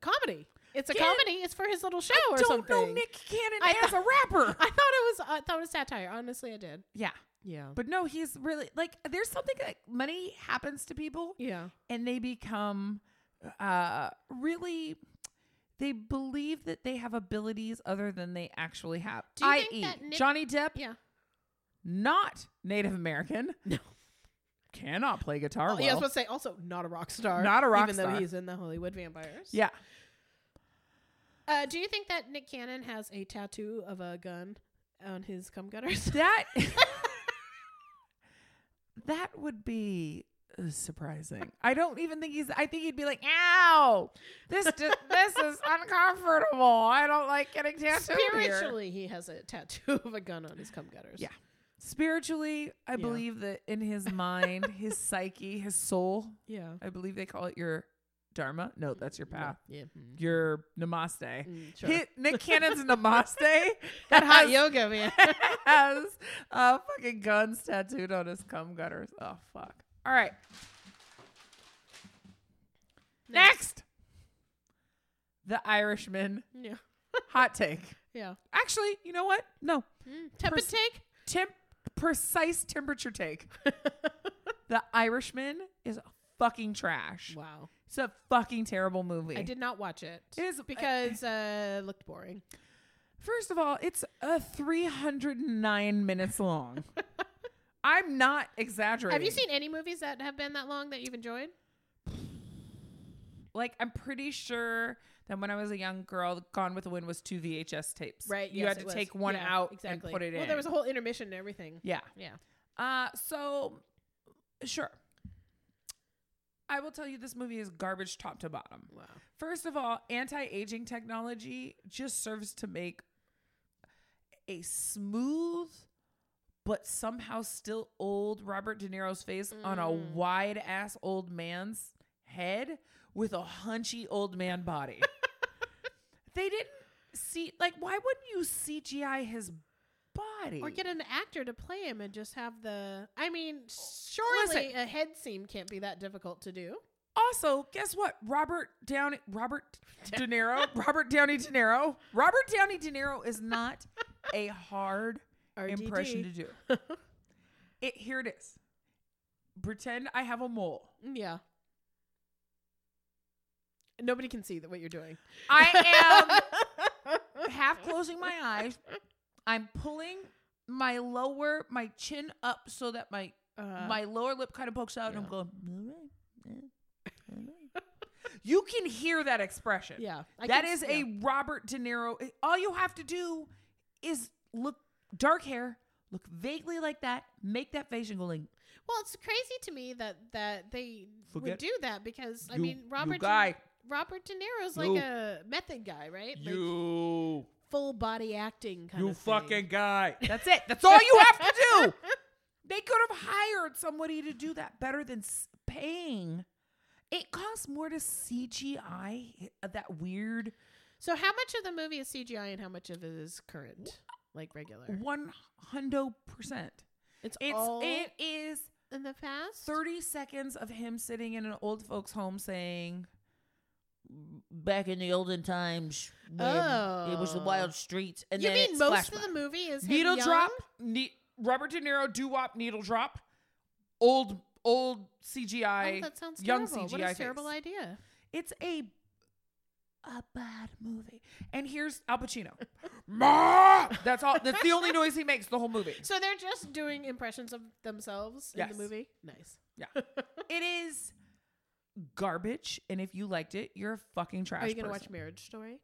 comedy. It's a
Can't-
comedy. It's for his little show or
don't
something."
know Nick Cannon
I
as a rapper.
I thought it was. I thought it was satire. Honestly, I did.
<laughs> yeah.
Yeah.
But no, he's really like there's something like money happens to people
yeah.
and they become uh really they believe that they have abilities other than they actually have.
Do you think
I.e.
that Nick-
Johnny Depp,
Yeah.
not Native American. No. Cannot play guitar
Oh,
well.
yeah, I was about to say also not a rock star.
Not a rock
even
star.
though he's in the Hollywood Vampires.
yeah.
Uh, do you think that Nick Cannon has a tattoo of a gun on his cum gutters? <laughs>
That <laughs> That would be uh, surprising. I don't even think he's I think he'd be like, "Ow! This ju- this is
<laughs>
uncomfortable. I don't like getting tattooed here."
Spiritually, he has a tattoo of a gun on his cum gutters.
Yeah. Spiritually, I
Yeah.
believe that in
<laughs>
his mind, his psyche, his soul,
Yeah.
I believe they call it your dharma. No, that's your path.
Yeah.
Your namaste.
Mm,
Hit Nick Cannon's
<laughs>
namaste.
that
hot
hot yoga, <laughs> man.
<laughs> has uh, fucking guns tattooed on his cum gutters. Oh fuck! All right. Next, the
<laughs>
Irishman
yeah.
hot take.
Yeah.
Actually, you know what? No,
Tepid
Pers-
take?
temp precise temperature
<laughs>
take. the Irishman is fucking trash.
Wow.
It's a fucking terrible movie.
I did not watch it.
It is-
because uh it looked boring.
First of all, it's a 309 minutes
<laughs>
long. I'm not exaggerating.
Have you seen any movies that have been that long that you've enjoyed?
Like I'm pretty sure that when I was a young girl, Gone with the Wind was two VHS tapes. You
yes,
had
it
to
was.
take one
Yeah,
out
exactly.
and put it
Well,
in. Uh,
there was a whole intermission and everything.
yeah.
Yeah.
Uh, so sure. I will tell you, this movie is garbage top to bottom.
Wow.
First of all, anti aging technology just serves to make a smooth but somehow still old Robert De Niro's face on a
Mm.
wide ass old man's head with a hunchy old man
<laughs>
body. they didn't see, like, why wouldn't you CGI his body?
Or get an actor to play him and just have the. I mean, surely
Listen.
a head scene can't be that difficult to do.
Also, guess what? Robert Downey, Robert De
<laughs>
Niro, Robert Downey De Niro, Robert Downey De Niro is not a hard
RDD.
impression to do. <laughs> It here it is. Pretend I have a mole.
Mm, Yeah. Nobody can see that what you're doing.
I am half closing my eyes. I'm pulling my lower my chin up so that my
Uh,
my lower lip kind of pokes out, and I'm
yeah.
going. "All right, yeah, all right." you can hear that expression.
yeah. I
that
can
is
s-
a
yeah.
Robert De Niro. eh, All you have to do is look dark hair, look vaguely like that, make that face, and go like,
Well, it's crazy to me that that they
Forget-
would do that because I
You-
mean Robert
you
De-
guy,
Robert De Niro's
You.
like a method guy, right? like
you,
full body acting kind
you
of thing.
fucking guy. That's it. That's all you have to <laughs> do. They could have hired somebody to do that better than s- paying. It costs more to CGI uh, that weird
So how much of the movie is CGI and how much of it is current, like regular?
one hundred percent.
It's,
It's
all
it is
in the past.
30 seconds of him sitting in an old folks home saying
back in the olden times when it was the
Oh.
wild streets and
you
then
mean
it's
most
flashback.
of the movie is him
needle
young?
drop ne- robert de niro doo-wop needle drop old old cgi
Oh, that sounds
young
terrible.
cgi
What a
face.
terrible idea.
it's a a bad movie and here's al
<laughs>
pacino Ma! that's all that's the only noise he makes the whole movie
So they're just doing impressions of themselves in
Yes.
the movie. Nice.
it is garbage and if you liked it you're a fucking trash
Are you gonna
person.
watch Marriage Story?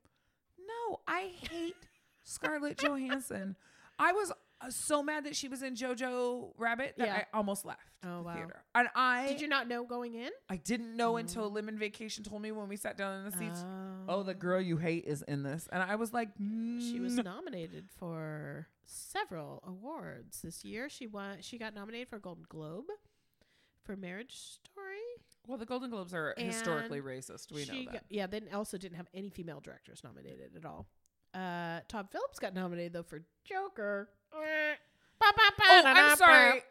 No, I hate Scarlett Johansson. I was uh, so mad that she was in Jojo Rabbit that
Yeah.
I almost left.
Oh,
the
wow.
Theater. And I
Did you not know going in?
I didn't know until Lemon Vacation told me when we sat down in the seats.
Oh.
Oh, the girl you hate is in this, and I was like,
She was
"Mm,
nominated for several awards this year. She won. She got nominated for a Golden Globe for Marriage Story.
Well, the Golden Globes are historically
And
racist. We
She
know that.
got- yeah. Then also didn't have any female directors nominated at all. Uh, Todd Phillips got nominated though for Joker.
Oh, I'm
<laughs>
sorry.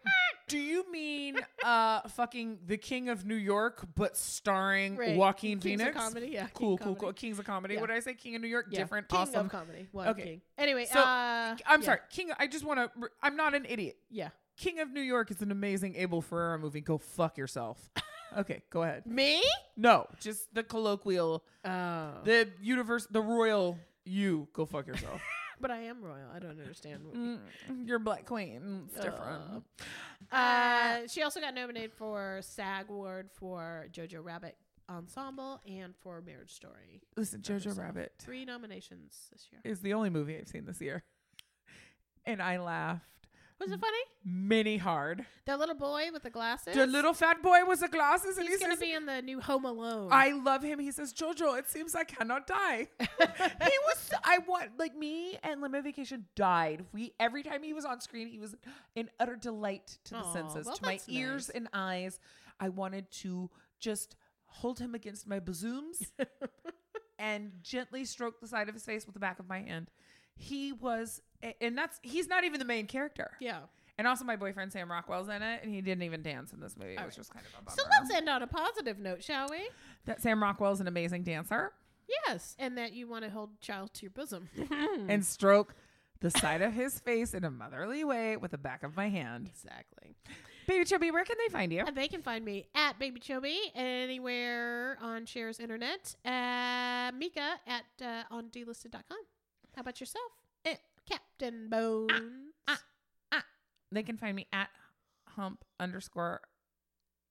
Do you mean uh fucking the King of New York, but starring
Right.
Joaquin
Kings of
Phoenix?
comedy, yeah, King
Cool,
of
cool, cool.
comedy.
Kings of comedy.
Yeah.
What did I say? King of New York,
Yeah,
different,
King
awesome
of comedy. One
Okay.
king. Anyway,
So,
uh,
I'm
yeah,
sorry, King. I just want to. I'm not an idiot.
Yeah.
King of New York is an amazing Abel Ferrara movie. Go fuck
<laughs>
yourself. okay, go ahead.
Me?
No, just the colloquial,
Oh.
the universe, the royal. You go fuck yourself.
But I am royal. I don't understand.
<laughs>
what-
Mm, You're Black Queen. It's
Uh,
different.
Uh, she also got nominated for SAG Award for Jojo Rabbit Ensemble and for Marriage Story.
Listen, Jojo
yourself.
Rabbit <sighs>
Three nominations this year.
is the only movie I've seen this year, and I laughed
Was it funny?
many hard.
Mm. That little boy with the glasses.
The little fat boy with the glasses, and
He's
he
gonna
says,
be in the new Home Alone.
I love him. He says, Jojo, it seems I cannot
<laughs>
die. he was, I want, like me and Lemon Vacation died. We, every time he was on screen, he was an utter delight to the
Aw,
senses,
well,
to my
that's
ears
nice.
and eyes. I wanted to just hold him against my
<laughs>
bazooms and gently stroke the side of his face with the back of my hand. He was, a- and that's, he's not even the main character.
yeah.
And also, my boyfriend Sam Rockwell's in it, and he didn't even dance in this movie,
All
which
right.
was kind of a bummer.
So let's end on a positive note, shall we?
that Sam Rockwell's an amazing dancer.
Yes, and that you want to hold child to your <laughs> bosom.
and stroke the side of his face in a motherly way with the back of my hand.
exactly.
Baby Chubby, where can they find you?
And they can find me at Baby Chobi anywhere on Cher's internet. Uh, Mika at uh, on delisted.com. How about yourself? Eh, Ah, Captain Bones.
They can find me at hump underscore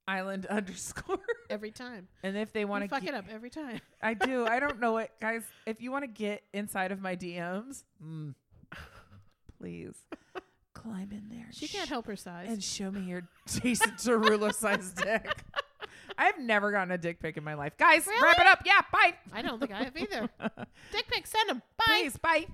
island <laughs> underscore.
Every time.
and if they want
You
to
fuck
<laughs>
it up every time.
I do. I don't know it, guys. If you want to get inside of my DMs, mm, please climb in there. and
She
sh-
can't help her size.
<laughs> and show me your Jason Derulo sized dick. I've never gotten a dick pic in my life. Guys, wrap it up. Yeah, bye.
<laughs> I don't think I have either. Dick pic, send them. Bye.
Please, bye.